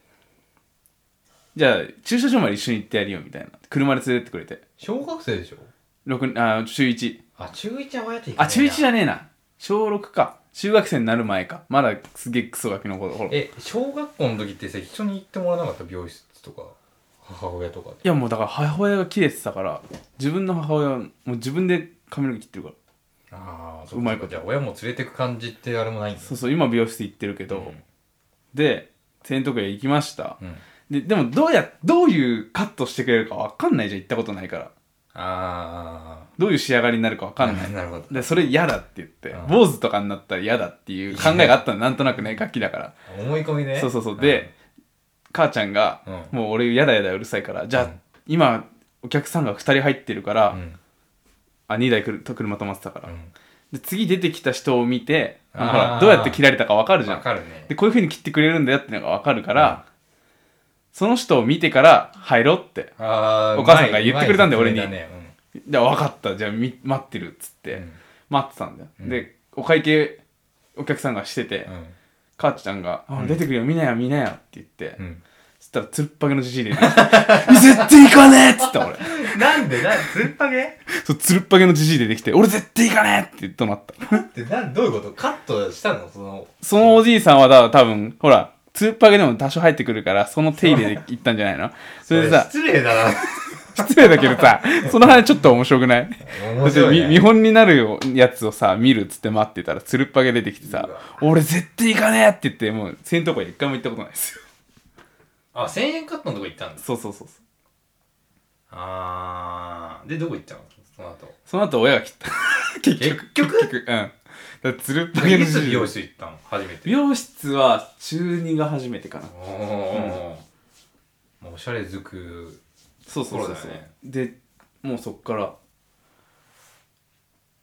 Speaker 2: じゃあ駐車場まで一緒に行ってやるよみたいな車で連れてってくれて
Speaker 1: 小学生でしょ
Speaker 2: 六あ中1
Speaker 1: あ中1は親と行か
Speaker 2: あ中1じゃ
Speaker 1: ね
Speaker 2: ねえな小6か中学生になる前かまだすげえクソガキの頃ほらい
Speaker 1: え小学校の時ってさ一緒に行ってもらわなかった病室とか母親とか
Speaker 2: やもうだから母親が切れてたから自分の母親はもう自分で髪の毛切ってるから
Speaker 1: ああ
Speaker 2: うまいこと
Speaker 1: じゃあ親も連れてく感じってあれもないんだ
Speaker 2: そうそう今美容室行ってるけど、で洗濯屋行きました
Speaker 1: うん、う
Speaker 2: で
Speaker 1: ん、
Speaker 2: でもどうやどういうカットしてくれるか分かんないじゃん行ったことないから
Speaker 1: ああ
Speaker 2: どういう仕上がりになるか分かんない
Speaker 1: なるほど
Speaker 2: でそれ嫌だって言って
Speaker 1: うん
Speaker 2: 坊主とかになったら嫌だっていう考えがあったのなんとなくね楽器だから
Speaker 1: 思い込みね
Speaker 2: そうそうそうで、母ちゃんが、
Speaker 1: うん
Speaker 2: もう俺嫌だ嫌だうるさいからじゃあ、
Speaker 1: うん
Speaker 2: 今お客さんが2人入ってるから、
Speaker 1: うんうん
Speaker 2: あ2台来ると車止まってたから、
Speaker 1: うん
Speaker 2: で次出てきた人を見てあのほ
Speaker 1: あ
Speaker 2: ら
Speaker 1: ー
Speaker 2: どうやって切られたか分かるじゃ
Speaker 1: わ
Speaker 2: ん
Speaker 1: かるね
Speaker 2: でこういう風に切ってくれるんだよってのが分かるから、その人を見てから入ろうって
Speaker 1: あー
Speaker 2: お母さんが言ってくれたんだよ
Speaker 1: うま
Speaker 2: 俺
Speaker 1: い
Speaker 2: に
Speaker 1: 説明だね
Speaker 2: で分かったじゃあみ待ってるっつって、
Speaker 1: うん
Speaker 2: 待ってたんだよ、
Speaker 1: うん
Speaker 2: でお会計お客さんがしてて、
Speaker 1: うんうん
Speaker 2: 母ちゃんが「あ
Speaker 1: ん
Speaker 2: 出てくるよ見なよ見なよ」って言って、
Speaker 1: うん
Speaker 2: そしたらつるっぱげのじじいで「絶対行かねえ!」っつった俺
Speaker 1: なんでなんつっぱげ
Speaker 2: そうつるっぱげのじじい出てきて「俺絶対行かねえ!」って怒鳴った
Speaker 1: ってなんどういうことカットしたのその
Speaker 2: そのおじいさんはだ多分ほらつるっぱげでも多少入ってくるからその手入れで行ったんじゃない のそれでさ
Speaker 1: 失礼だな
Speaker 2: 失礼だけどさその話ちょっと面白くない
Speaker 1: 面白い、
Speaker 2: だって
Speaker 1: ね、
Speaker 2: み見本になるよやつをさ見るっつって待ってたらつるっぱげ出てきてさ
Speaker 1: うわ
Speaker 2: 「俺絶対行かねえ!」って言ってもう戦闘会一回も行ったことないですよ
Speaker 1: あ1000円カットのとこ行ったんです
Speaker 2: そうそうそうそう
Speaker 1: あーでどこ行ったのその後
Speaker 2: その後親が切った 結局
Speaker 1: 結局
Speaker 2: 結局うんだからつるっぱげの
Speaker 1: い
Speaker 2: じ
Speaker 1: つ
Speaker 2: じ
Speaker 1: 美
Speaker 2: い
Speaker 1: 容室行ったの初めて
Speaker 2: 美容室は中2が初めてかな
Speaker 1: おお、もうおしゃれづく
Speaker 2: そうそうそうそ
Speaker 1: そう
Speaker 2: う、
Speaker 1: だよね
Speaker 2: でもうそっから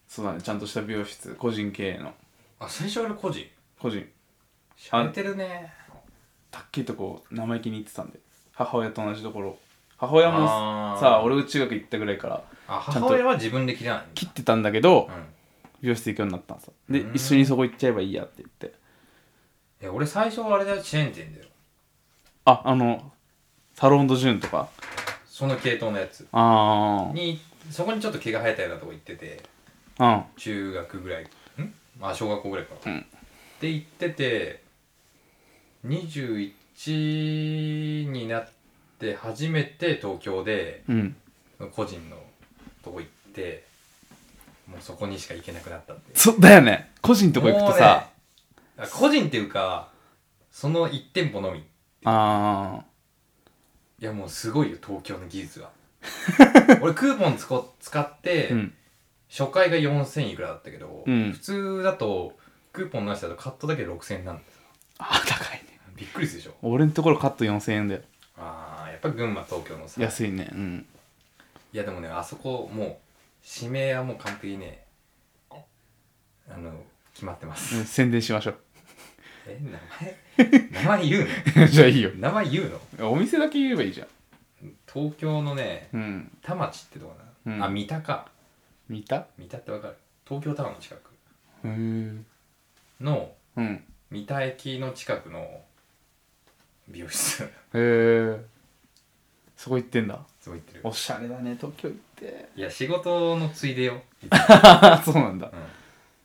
Speaker 2: そうだねちゃんとした美容室個人経営の
Speaker 1: あ最初あれ個人
Speaker 2: 個人
Speaker 1: しゃれてるね
Speaker 2: たっきりとこう生意気に行ってたんで母親と同じところ母親も
Speaker 1: あー
Speaker 2: さ俺が中学行ったぐらいから
Speaker 1: あ
Speaker 2: ちゃんと
Speaker 1: 母親は自分で切らない
Speaker 2: 切ってたんだけど
Speaker 1: うん
Speaker 2: 美容室行くようになったんさで
Speaker 1: うん
Speaker 2: 一緒にそこ行っちゃえばいいやって言って
Speaker 1: いや俺最初はあれだよチェーン店だよ
Speaker 2: ああのサロンドジューンとか
Speaker 1: その系統のやつ
Speaker 2: あ
Speaker 1: にそこにちょっと毛が生えたようなとこ行ってて
Speaker 2: あうん
Speaker 1: 中学ぐらいんまあ小学校ぐらいか
Speaker 2: う
Speaker 1: な、
Speaker 2: ん
Speaker 1: で行ってて21になって初めて東京で
Speaker 2: うん
Speaker 1: 個人のとこ行ってもうそこにしか行けなくなったって
Speaker 2: そうだよね個人とこ行くとさ、
Speaker 1: もうね個人っていうかその1店舗のみい
Speaker 2: ああ
Speaker 1: やもうすごいよ東京の技 術は俺クーポンつこ使って、
Speaker 2: うん
Speaker 1: 初回が4000いくらだったけど、
Speaker 2: うん
Speaker 1: 普通だとクーポンなしだとカットだけで6000円なんだよ
Speaker 2: あ高いね
Speaker 1: びっくりするでしょ
Speaker 2: 俺のところカット4000円だよ
Speaker 1: ああやっぱ群馬東京のさ
Speaker 2: 安いねうん
Speaker 1: いやでもねあそこもう指名はもう完璧にねあの決まってます、
Speaker 2: うん 宣伝しましょ
Speaker 1: え 名前名前言う
Speaker 2: うじゃあいいよ
Speaker 1: の名前言うの
Speaker 2: お店だけ言えばいいじゃん
Speaker 1: 東京のね
Speaker 2: うん
Speaker 1: 田町ってとこなの、
Speaker 2: うん
Speaker 1: あ三田か
Speaker 2: 見た
Speaker 1: 三田ってわかる東京タワーの近く
Speaker 2: へえ
Speaker 1: の
Speaker 2: うん
Speaker 1: 三田駅の近くの美容室
Speaker 2: へえそこ行ってんだ
Speaker 1: そう言ってる
Speaker 2: おしゃれだね東京行って
Speaker 1: いや仕事のつい でよ、うん、
Speaker 2: ああそうなんだ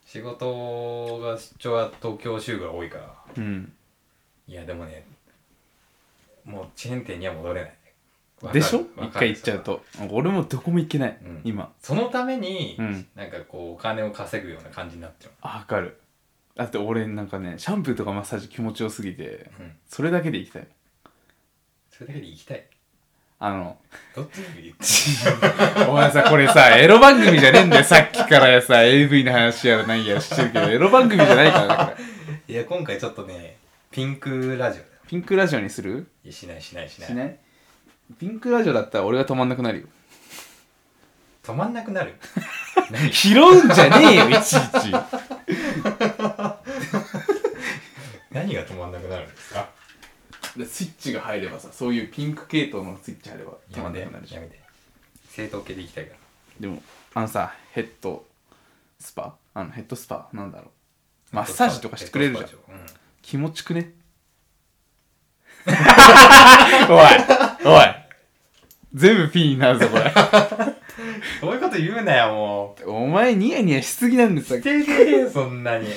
Speaker 1: 仕事が出張は東京集が多いから
Speaker 2: うん
Speaker 1: いやでもねもうチェーン店には戻れないわかる
Speaker 2: でしょ
Speaker 1: わ
Speaker 2: 一
Speaker 1: かる
Speaker 2: 回行っちゃうと俺もどこも行けない、
Speaker 1: うん
Speaker 2: 今
Speaker 1: そのために、
Speaker 2: うん
Speaker 1: なんかこうお金を稼ぐような感じになってる、
Speaker 2: あわかるだって俺なんかねシャンプーとかマッサージ気持ちよすぎて
Speaker 1: うん、
Speaker 2: それだけで行きたい
Speaker 1: それだけで行きたい
Speaker 2: あの
Speaker 1: どっちに言って
Speaker 2: お前さこれ さエロ番組じゃねえんだよさっきからさ AV の話やら何やらしてるけどエロ番組じゃ ないからだから
Speaker 1: いや今回ちょっとねピンクラジオだよ
Speaker 2: ピンクラジオにする
Speaker 1: いやしないしないしない
Speaker 2: ないピンクラジオだったら俺が止まんなくなるよ
Speaker 1: 止まんなくなる
Speaker 2: 拾うんじゃねえよいちいち
Speaker 1: 何が止まんなくなるんですか
Speaker 2: でスイッチが入ればさそういうピンク系統のスイッチ入れば止ま
Speaker 1: や
Speaker 2: ん
Speaker 1: め
Speaker 2: な
Speaker 1: て
Speaker 2: くなるじゃ
Speaker 1: や
Speaker 2: ん
Speaker 1: めて正当系でいきたいから
Speaker 2: でもあのさヘッドスパあのヘッドスパなんだろうマッサージとかしてくれるじゃん
Speaker 1: ヘッドスパでしょ
Speaker 2: 気持ちくねおいおい全部ピーになるぞこ れ
Speaker 1: うんそういうこと言うなよも
Speaker 2: お前ニヤニヤしすぎなんです
Speaker 1: う
Speaker 2: よ
Speaker 1: ててそんなに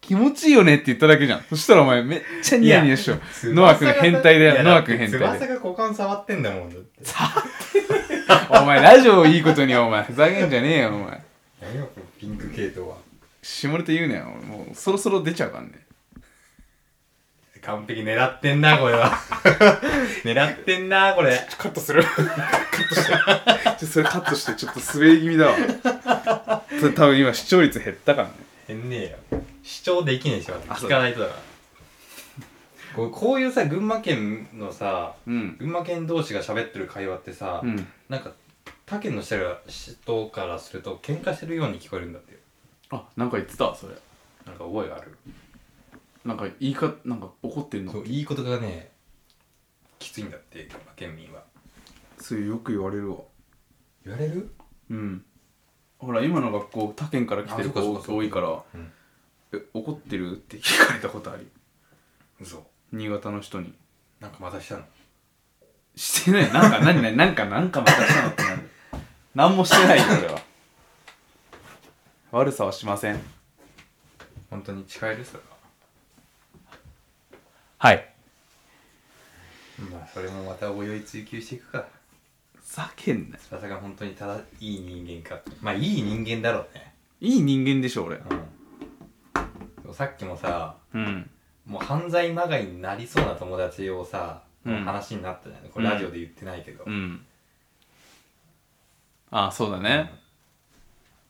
Speaker 2: 気持ちいいよねって言っただけじゃんそしたらお前めっちゃニヤニヤしようノア君変態だよノア君変態だ
Speaker 1: 翼
Speaker 2: よ
Speaker 1: が股間触ってんだもんだって
Speaker 2: お前ラジオをいいことにお前ふざけんじゃねえよお前
Speaker 1: やめようこのピンク系統は
Speaker 2: 下ネタ言うなよ俺もうそろそろ出ちゃうからね
Speaker 1: 完璧狙ってんなこれは狙ってんなこれ
Speaker 2: カットするカットしてちょそれカットしてちょっと滑り気味だわそれ多分今視聴率減ったからね
Speaker 1: へんねえよ主張できねえしま
Speaker 2: あそ
Speaker 1: 聞
Speaker 2: う
Speaker 1: かないとだからこうこういうさ群馬県のさ
Speaker 2: うん
Speaker 1: 群馬県同士が喋ってる会話ってさ、
Speaker 2: うん
Speaker 1: なんか他県の人ら人からすると喧嘩してるように聞こえるんだってよ
Speaker 2: あなんか言ってたそれ
Speaker 1: なんか覚えがある
Speaker 2: なんか言いかなんか怒ってんの
Speaker 1: そういいことがねきついんだって群馬県民は
Speaker 2: それよく言われるわ
Speaker 1: 言われる
Speaker 2: うんほら今の学校他県から来てる
Speaker 1: あそっかそ
Speaker 2: 子
Speaker 1: っかそっか
Speaker 2: 多いから
Speaker 1: うん
Speaker 2: 「え怒ってる?」って聞かれたことある
Speaker 1: 嘘
Speaker 2: 新潟の人に
Speaker 1: なんかまたしたの
Speaker 2: 「してないなんか何何なんかなんかまたしたの?」ってなる何もしてないよ俺は悪さはしません
Speaker 1: 本当に誓えるそれは
Speaker 2: はい
Speaker 1: まあそれもまたおいおい追求していくか
Speaker 2: ふざけんなよ
Speaker 1: 翼が本当にただいい人間かまあいい人間だろうね
Speaker 2: いい人間でしょ俺
Speaker 1: うんさっきもさ
Speaker 2: うん
Speaker 1: もう犯罪まがいになりそうな友達をさ、
Speaker 2: うん
Speaker 1: 話になったじゃないこれ
Speaker 2: うん
Speaker 1: ラジオで言ってないけど、
Speaker 2: うんああそうだね、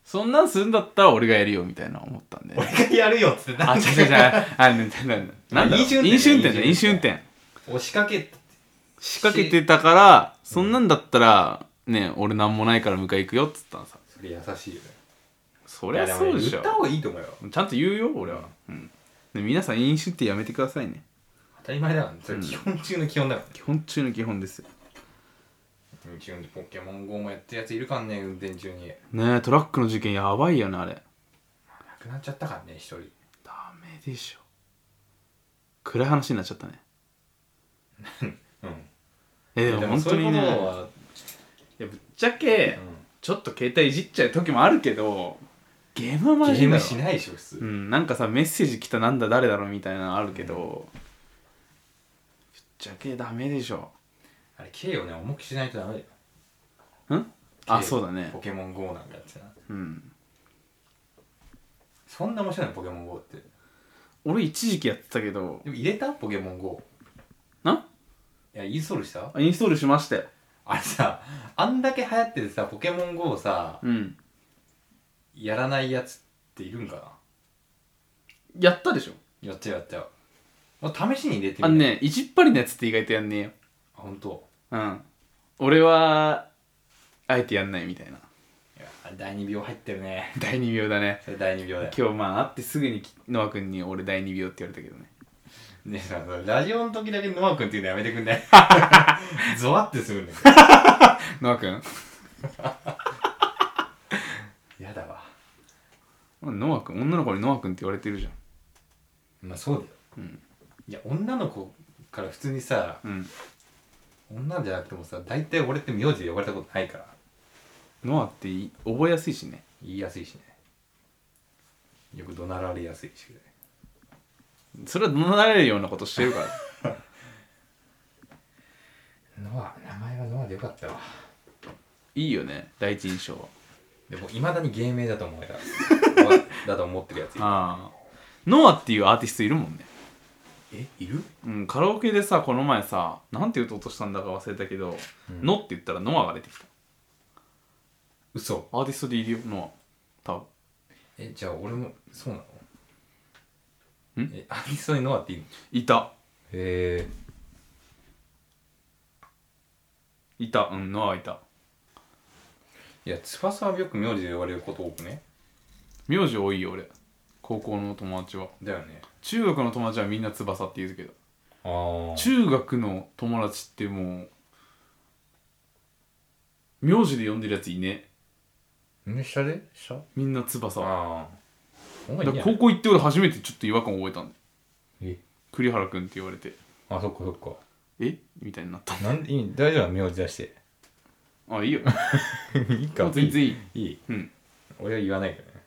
Speaker 2: そんなんするんだったら俺がやるよみたいな思ったんで
Speaker 1: 俺がやるよっつって
Speaker 2: あ、違う違う違う。あ、なんだなんだ。なんだろう
Speaker 1: 飲酒運転
Speaker 2: 飲酒運転だ、
Speaker 1: 飲
Speaker 2: 飲
Speaker 1: 酒
Speaker 2: 酒
Speaker 1: 運
Speaker 2: 運
Speaker 1: 転
Speaker 2: 転。
Speaker 1: 押しかけ
Speaker 2: 仕掛けてたから、そんなんだったら、ね、俺なんもないから迎え行くよっつったのさ。
Speaker 1: それ優しいよね
Speaker 2: そりゃそうでし
Speaker 1: いや
Speaker 2: ょ
Speaker 1: もね言った。方がいいと思うよ
Speaker 2: ちゃんと言うよ、俺は。うん。で皆さん、飲酒ってやめてくださいね。
Speaker 1: 当たり前だからねそれ
Speaker 2: うん
Speaker 1: 基本中の基本だか
Speaker 2: 基本中の基本ですよ。
Speaker 1: ら、基本でポケモン GO もやってるやついるからね運転中にな
Speaker 2: ねえ、トラックの事件やばいよね、あれ。
Speaker 1: くなっちゃったからね一人
Speaker 2: ダメでしょ。暗い話になっちゃったね。
Speaker 1: うん
Speaker 2: え、でも本当にね。
Speaker 1: そういうこと
Speaker 2: い
Speaker 1: は、
Speaker 2: や、ぶっちゃけ、ちょっと携帯いじっちゃう時もあるけど、ゲームは
Speaker 1: うん
Speaker 2: マジ
Speaker 1: ゲ
Speaker 2: だ
Speaker 1: ーム
Speaker 2: よ
Speaker 1: しないでしょ普通、
Speaker 2: うん、なんかさメッセージ来たなんだ誰だろうみたいなのあるけど、ぶっちゃけダメでしょ
Speaker 1: あれ刑をね重くしないとダメだよ
Speaker 2: んあ
Speaker 1: 刑
Speaker 2: そうだね
Speaker 1: ポケモン GO なんだってな
Speaker 2: うん
Speaker 1: そんな面白いのポケモン GO って
Speaker 2: 俺一時期やってたけど
Speaker 1: でも入れたポケモン GO
Speaker 2: ない
Speaker 1: やインストールした
Speaker 2: あインストールしましたよ
Speaker 1: あれさあんだけ流行っててさポケモン GO をさ
Speaker 2: うん
Speaker 1: やらないやつっているんかな
Speaker 2: やったでしょ
Speaker 1: やっちゃうやっちゃうもう試しに入れてみ
Speaker 2: あのねいじっぱりのやつって意外とやんねえよ
Speaker 1: あ本当。
Speaker 2: うん俺はあえてやんないみたいない
Speaker 1: や第二秒入ってるね
Speaker 2: 第2秒だね
Speaker 1: それ第二秒だよ
Speaker 2: 今日まあ会ってすぐにノア君に俺第2秒って言われたけどね
Speaker 1: ねえあのラジオの時だけノア君っていうのやめてくん ないゾワってするんだけ
Speaker 2: ノア君
Speaker 1: どやだわ
Speaker 2: ノア君女の子にノア君って言われてるじゃん
Speaker 1: まあそうだよ
Speaker 2: うん
Speaker 1: いや女の子から普通にさ
Speaker 2: うん
Speaker 1: 女じゃなくてもさ大体俺って名字で呼ばれたことないから
Speaker 2: ノアっていい覚えやすいしね
Speaker 1: 言いやすいしねよく怒鳴られやすいしね
Speaker 2: それは怒鳴られるようなことしてる から
Speaker 1: ノア名前はノアでよかったわ
Speaker 2: いいよね第一印象は
Speaker 1: でもいまだに芸名だと思うたノアだと思ってるやついる
Speaker 2: ああノアっていうアーティストいるもんね
Speaker 1: えいる
Speaker 2: うんカラオケでさこの前さなんて歌おうとしたんだか忘れたけど「
Speaker 1: うん
Speaker 2: ノ」って言ったらノアが出てきた
Speaker 1: 嘘
Speaker 2: アーティストでいるよノア多分
Speaker 1: えじゃあ俺もそうなの
Speaker 2: ん
Speaker 1: えアーティストにノアっていいの
Speaker 2: いた
Speaker 1: へえ
Speaker 2: いたうんノアいた
Speaker 1: いや翼はよく名字で呼ばれること多くね
Speaker 2: 名字多いよ俺高校の友達は
Speaker 1: だよね
Speaker 2: 中学の友達はみんな翼って言うけど
Speaker 1: あ
Speaker 2: 中学の友達ってもう名字で呼んでるやついね
Speaker 1: あ下で下
Speaker 2: みんな翼だか
Speaker 1: ああお前
Speaker 2: ら
Speaker 1: いいや
Speaker 2: 高校行って俺初めてちょっと違和感覚えたんだよ
Speaker 1: え
Speaker 2: 栗原君って言われて
Speaker 1: あそっかそっ
Speaker 2: えみたいになった
Speaker 1: かなんでいい大丈夫な名字出して
Speaker 2: あ いいよ
Speaker 1: いいか
Speaker 2: もう全然いい
Speaker 1: いい
Speaker 2: うん
Speaker 1: 俺は言わないけどね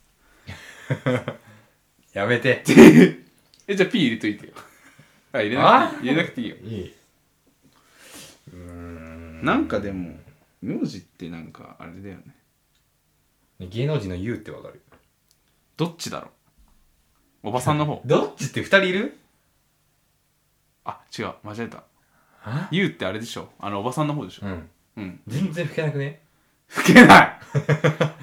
Speaker 1: やめて
Speaker 2: えじゃあ P 入れとい てよあ入れな
Speaker 1: あ
Speaker 2: くていい入れなくていいよ
Speaker 1: いいうーん
Speaker 2: なんかでも名字ってなんかあれだよね
Speaker 1: 芸能人の U ってわかる
Speaker 2: どっちだろうおばさんの方
Speaker 1: どっちって2人いる
Speaker 2: あ違う間違えた
Speaker 1: あ
Speaker 2: YOU ってあれでしょあのおばさんの方でしょ
Speaker 1: うん
Speaker 2: うん
Speaker 1: 全然吹けなくね
Speaker 2: 吹けない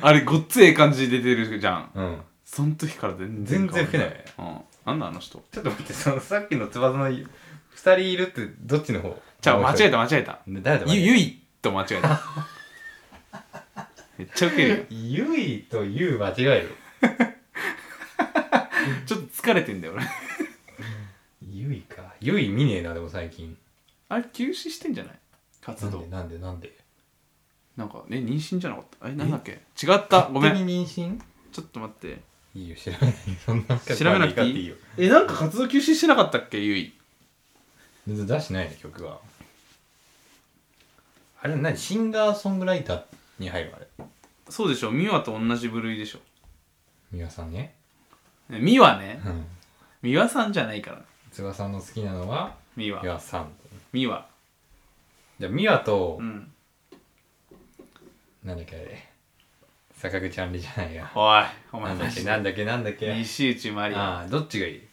Speaker 2: あれごっつええ感じで出てるじゃん
Speaker 1: うん
Speaker 2: その時から全
Speaker 1: 全
Speaker 2: 然、
Speaker 1: 然吹けないい
Speaker 2: うん、なんだあの人
Speaker 1: ちょっと待ってそのさっきの翼の2人いるってどっちの方
Speaker 2: じゃあ間違え
Speaker 1: た
Speaker 2: た間違えた
Speaker 1: 誰だ
Speaker 2: ゆゆ
Speaker 1: い
Speaker 2: いと間違えた めっちゃウケるよ
Speaker 1: ゆいと U 間違える
Speaker 2: ちょっと疲れてんだよ俺
Speaker 1: ゆいかゆい見ねえなでも最近
Speaker 2: あれ休止してんじゃない
Speaker 1: な
Speaker 2: 活
Speaker 1: んで
Speaker 2: 動
Speaker 1: なんでなんで
Speaker 2: なんかね妊娠じゃなかったえなんだっけ違ったごめん
Speaker 1: 勝手に妊
Speaker 2: ちょっと待って
Speaker 1: 娠いいよ調べない そんな
Speaker 2: 調べなくていい
Speaker 1: よ
Speaker 2: えなんか活動休止してなかったっけゆい
Speaker 1: 全然出してないね曲はあれ何シンガーソングライターに入るあれ
Speaker 2: そうでしょ美和と同じ部類でしょ
Speaker 1: 美輪さんね
Speaker 2: ね美和ね
Speaker 1: うん
Speaker 2: 美和さんじゃないから
Speaker 1: 翼さんの好きなのは
Speaker 2: 美
Speaker 1: 美
Speaker 2: 和
Speaker 1: 輪さん
Speaker 2: 美和
Speaker 1: じゃあ美輪と、
Speaker 2: うん
Speaker 1: なんだっけあれ坂口あんりじゃないや
Speaker 2: おいお
Speaker 1: な
Speaker 2: 前
Speaker 1: んだ
Speaker 2: マ
Speaker 1: っけ
Speaker 2: ジ
Speaker 1: なんだっけなんだっけ
Speaker 2: 西内まり
Speaker 1: ああどっちがいい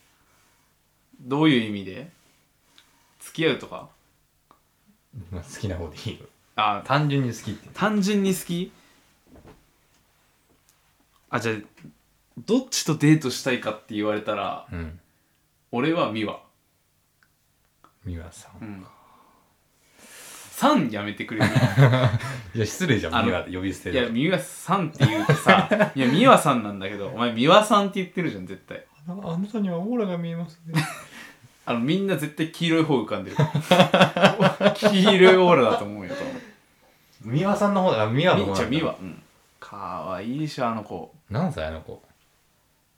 Speaker 2: どういう意味で付き合うとか
Speaker 1: まあ好きな方でいいよ
Speaker 2: あ
Speaker 1: 単純に好きって
Speaker 2: 単純に好きあじゃあどっちとデートしたいかって言われたら
Speaker 1: うん
Speaker 2: 俺は美和
Speaker 1: 美輪さん、
Speaker 2: うんさんやめてくれ る
Speaker 1: いや失礼じゃ
Speaker 2: あ
Speaker 1: ん
Speaker 2: の
Speaker 1: 美輪呼び捨て
Speaker 2: いや
Speaker 1: で
Speaker 2: 美和さんって言うとさいや美和さんなんだけどお前美和さんって言ってるじゃん絶対
Speaker 1: あのあなたにはオーラが見えますね
Speaker 2: あのみんな絶対黄色い方浮かんでる黄色いオーラだと思うよ多分
Speaker 1: 美輪さんの方だあ 美輪の方
Speaker 2: みじ
Speaker 1: なんだ
Speaker 2: ゃあ美和うんかわいいでしょあの子
Speaker 1: 何歳あの子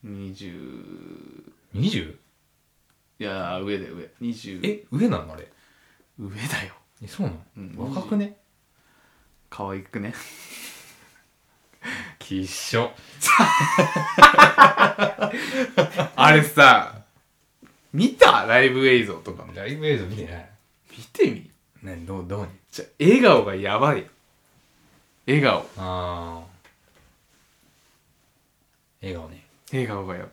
Speaker 2: 20
Speaker 1: 20?
Speaker 2: いやー上だよ上20
Speaker 1: え上なのあれ
Speaker 2: 上だよ
Speaker 1: えそうなの、
Speaker 2: うん
Speaker 1: 若くね
Speaker 2: 可愛くね
Speaker 1: きっしょ
Speaker 2: あれさ見たライブ映像とか
Speaker 1: ライブ映像見てない
Speaker 2: 見てみ
Speaker 1: ねどうどうに
Speaker 2: じゃ笑顔がやばい笑顔
Speaker 1: ああ笑顔ね
Speaker 2: 笑顔がやばい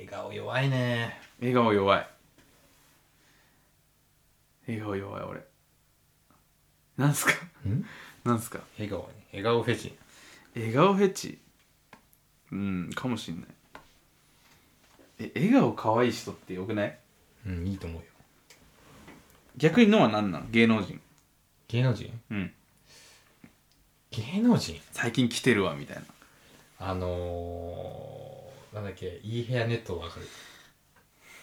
Speaker 1: 笑顔弱いね
Speaker 2: 笑顔弱い笑顔弱い俺なんすか
Speaker 1: ん
Speaker 2: なんすか
Speaker 1: 笑顔ね笑顔フェチ
Speaker 2: 笑顔フェチうんかもしんないえ笑顔可愛い人ってよくない
Speaker 1: うんいいと思うよ
Speaker 2: 逆にのは何なの芸能人
Speaker 1: 芸能人
Speaker 2: うん
Speaker 1: 芸能人
Speaker 2: 最近来てるわみたいな
Speaker 1: あのー、なんだっけいい部屋ネットわかる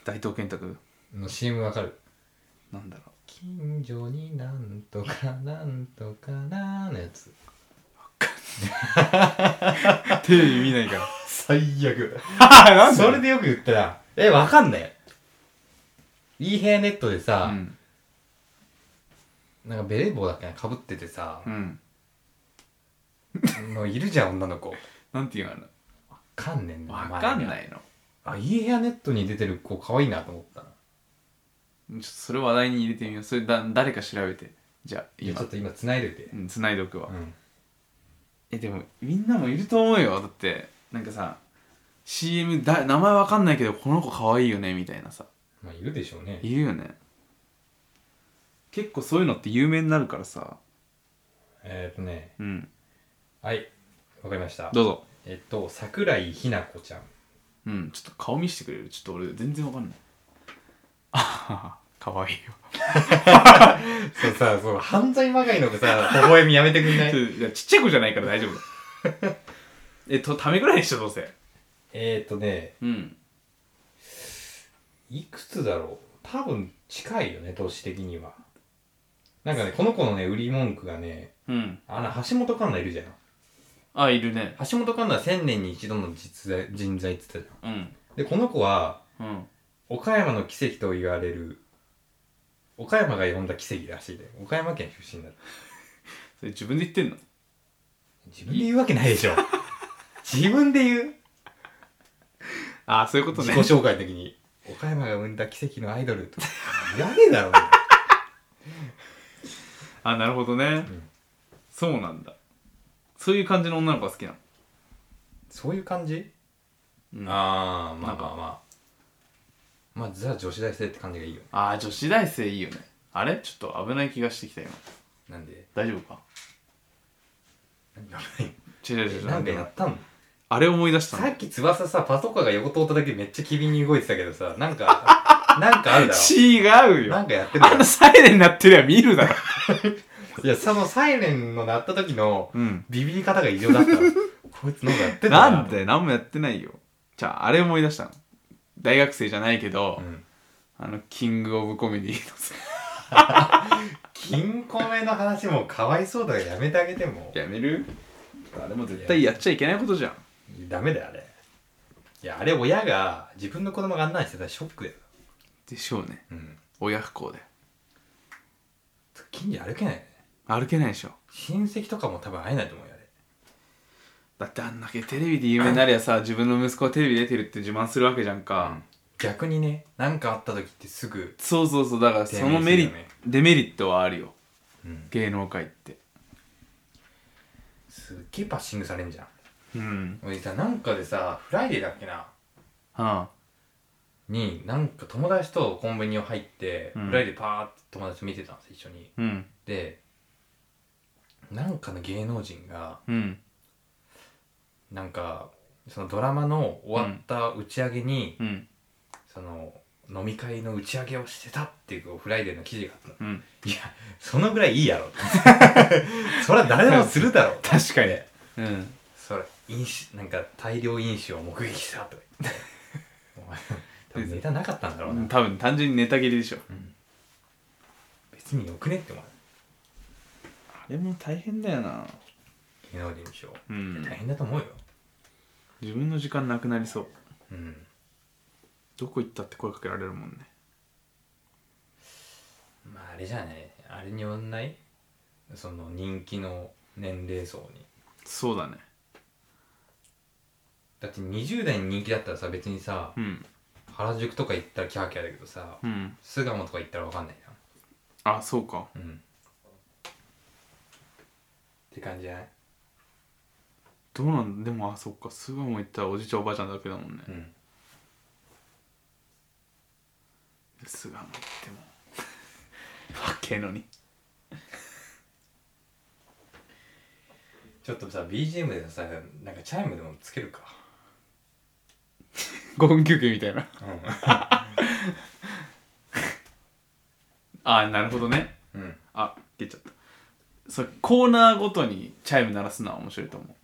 Speaker 2: 大東健太君
Speaker 1: の CM わかる
Speaker 2: なん だろ
Speaker 1: 近所になんとかなんとかなーのやつ
Speaker 2: うテレビ見ないから
Speaker 1: 最悪
Speaker 2: な
Speaker 1: それでよく言ったらえわかんないいい部屋ネットで
Speaker 2: う
Speaker 1: さ、
Speaker 2: ん
Speaker 1: なんかベレー帽だっけなかぶっててさ
Speaker 2: う、ん
Speaker 1: のいるじゃん女の子わ
Speaker 2: なんていうの
Speaker 1: かんねん
Speaker 2: わかんないいのちょ
Speaker 1: あいい部屋ネットに出てる子可愛いなと思ったの
Speaker 2: っとそれ話題に入れてみようそれだ誰か調べてじゃあ
Speaker 1: いや
Speaker 2: 今
Speaker 1: ちょっと今繋いでて
Speaker 2: うん繋いどくわ、
Speaker 1: うん
Speaker 2: えでもみんなもいると思うよだってなんかさ CM だ名前わかんないけどこの子可愛いよねみたいなさ
Speaker 1: まあいるでしょうね
Speaker 2: いるよね結構そういうのって有名になるからさ
Speaker 1: えー、っとね
Speaker 2: うん
Speaker 1: はいわかりました
Speaker 2: どうぞ
Speaker 1: えっと桜井日奈子ちゃん
Speaker 2: うんちょっと顔見せてくれるちょっと俺全然わかんないあははかわいいよ
Speaker 1: そうさ、そう、犯罪まがいのさ、微笑みやめてく んない
Speaker 2: ちょいやちっちゃい子じゃないから大丈夫だ えとためぐらいでしょどうせ
Speaker 1: えーっとね、
Speaker 2: うん
Speaker 1: いくつだろう多分近いよね、年的には。なんかね、この子のね、売り文句がね、
Speaker 2: うん
Speaker 1: あの、橋本環奈いるじゃん。
Speaker 2: あいるね
Speaker 1: 橋本環奈は千年に一度の実在人材って言ってたじ
Speaker 2: うん
Speaker 1: ゃん。で、この子は、
Speaker 2: うん
Speaker 1: 岡山の奇跡と言われる、岡山が呼んだ奇跡らしいで。岡山県出身だって。
Speaker 2: それ自分で言ってんの
Speaker 1: 自分で言うわけないで しょ。自分で言う
Speaker 2: ああそういうこと
Speaker 1: 自
Speaker 2: ね
Speaker 1: 己紹介の時に「岡山が生んだ奇跡のアイドル」とか言わねえだろうね
Speaker 2: あなるほどね、
Speaker 1: うん
Speaker 2: そうなんだそういう感じの女の子が好きなの
Speaker 1: そういう感じ、
Speaker 2: うん
Speaker 1: ああ
Speaker 2: まあまあ
Speaker 1: まあまあザ女子大生って感じがいいよね
Speaker 2: ああ女子大生いいよねあれちょっと危ない気がしてきた今
Speaker 1: なんで
Speaker 2: 大丈夫か
Speaker 1: 何がない
Speaker 2: 違う違う違う
Speaker 1: なんかやったの
Speaker 2: あれ思い出した
Speaker 1: さ
Speaker 2: の
Speaker 1: っき翼さパトカーが横通っただけでめっちゃ機敏に動いてたけどさなん かなんかあるだろ
Speaker 2: 違うよ
Speaker 1: なんかやってるだ
Speaker 2: あ
Speaker 1: ろ
Speaker 2: のサイレン鳴ってりゃ見 るだろ
Speaker 1: いやそのサイレンの鳴った時の
Speaker 2: うん
Speaker 1: ビビり方が異常だったのこいつなんかやってた
Speaker 2: なんで何もやってないよじゃああれ思い出したの大学生じゃないけど、
Speaker 1: うん
Speaker 2: あのキングオブコメディのさ
Speaker 1: 金庫目の話もかわいそうだからやめてあげても
Speaker 2: やめるあれも絶対やっちゃいけないことじゃん
Speaker 1: ダメだよあれいやあれ親が自分の子供があんなにしてたらショックだよ
Speaker 2: でしょうね
Speaker 1: うん
Speaker 2: 親不孝で
Speaker 1: 近所歩けないよね
Speaker 2: 歩けないでしょ
Speaker 1: 親戚とかも多分会えないと思うよあれ
Speaker 2: だってあんだけテレビで有名になりゃさ自分の息子がテレビ出てるって自慢するわけじゃんか、
Speaker 1: 逆にね何かあった時ってすぐ
Speaker 2: そうそうそうだからそのメリッ
Speaker 1: デ
Speaker 2: デメ
Speaker 1: メリットだよね
Speaker 2: リットはあるよ
Speaker 1: うん
Speaker 2: 芸能界って
Speaker 1: すっげえバッシングされんじゃ
Speaker 2: う
Speaker 1: ん
Speaker 2: ん
Speaker 1: 俺さなんかでさフライデーだっけな
Speaker 2: はあ
Speaker 1: になんか友達とコンビニを入って、
Speaker 2: うん
Speaker 1: フライデーパーって友達と見てたんです一緒に
Speaker 2: うん
Speaker 1: でなんかの芸能人が
Speaker 2: うん
Speaker 1: なんかそのドラマの終わった打ち上げに、
Speaker 2: うん
Speaker 1: その飲み会の打ち上げをしてたっていうこうフライデーの記事があったの
Speaker 2: うん
Speaker 1: いやそのぐらいいいやろ それは誰でもするだろ
Speaker 2: 確かに
Speaker 1: で
Speaker 2: うん
Speaker 1: それ飲酒なんか大量飲酒を目撃したとか言ってお前多分ネタなかったんだろうな、
Speaker 2: 多分単純にネタ切りでしょ
Speaker 1: 別によくねって思う
Speaker 2: あれも大変だよな
Speaker 1: 芸能人でしょ、
Speaker 2: うん
Speaker 1: 大変だと思うよ
Speaker 2: 自分の時間なくなりそう
Speaker 1: うん
Speaker 2: どこ行ったって声かけられるもんね
Speaker 1: まああれじゃねあれによんないその人気の年齢層に
Speaker 2: そうだね
Speaker 1: だって20代に人気だったらさ別にさ
Speaker 2: うん
Speaker 1: 原宿とか行ったらキャーキャーだけどさ
Speaker 2: うん
Speaker 1: 巣鴨とか行ったらわかんないじゃん
Speaker 2: あそうか
Speaker 1: うんって感じじゃない
Speaker 2: どうなんでもあそっか巣鴨行ったらおじいちゃんおばあちゃんだけだもんね
Speaker 1: うん
Speaker 2: 巣鴨行っても 若えのに
Speaker 1: ちょっとさ BGM でさなんかチャイムでもつけるか
Speaker 2: 5分休憩みたいな
Speaker 1: う
Speaker 2: ああなるほどね
Speaker 1: ん、うん、
Speaker 2: あ出ちゃったそれコーナーごとにチャイム鳴らすのは面白いと思う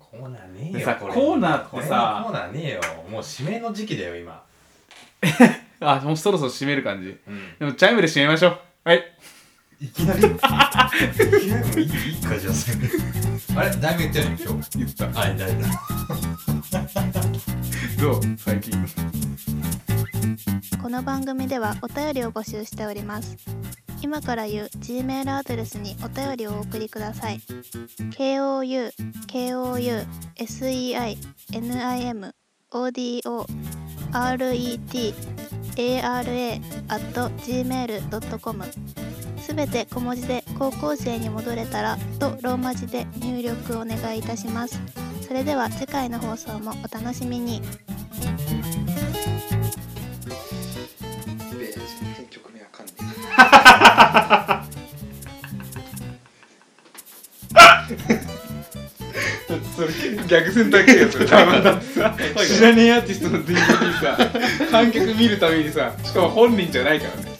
Speaker 1: コーナーねえ
Speaker 2: で
Speaker 1: よ
Speaker 2: さ
Speaker 1: これ
Speaker 2: コーナーってさ
Speaker 1: これのコーナーねえよもう指名の時期だよ今
Speaker 2: あもうそろそろ締める感じ
Speaker 1: うん
Speaker 2: でもチャイムで締めましょうはい
Speaker 1: いきなり いきなりもういいいいかじゃああれだいぶ言ったよね今日
Speaker 2: 言った
Speaker 1: はい だいぶ
Speaker 2: どう最近
Speaker 3: この番組ではお便りを募集しております今から言う G メールアドレスにお便りをお送りください KOU KOU SEI NIM ODO RET ARA gmail.com すべて小文字で高校生に戻れたらとローマ字で入力お願いいたしますそれでは次回の放送もお楽しみに
Speaker 2: 逆線だけやつ多分だってさ 知らねえアーティストの DVD さ観客見るためにさしかも本人じゃないからね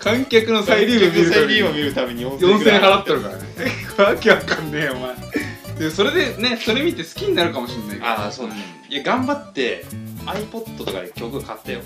Speaker 2: 観客の再利用を見るために
Speaker 1: を見るために4000
Speaker 2: 4000円払っと
Speaker 1: る
Speaker 2: るからね これわけわかんねえよお前でそれでねそれ見て好きになるかもしんないけど
Speaker 1: ああそうねいや頑張って iPod とかで曲買ったよ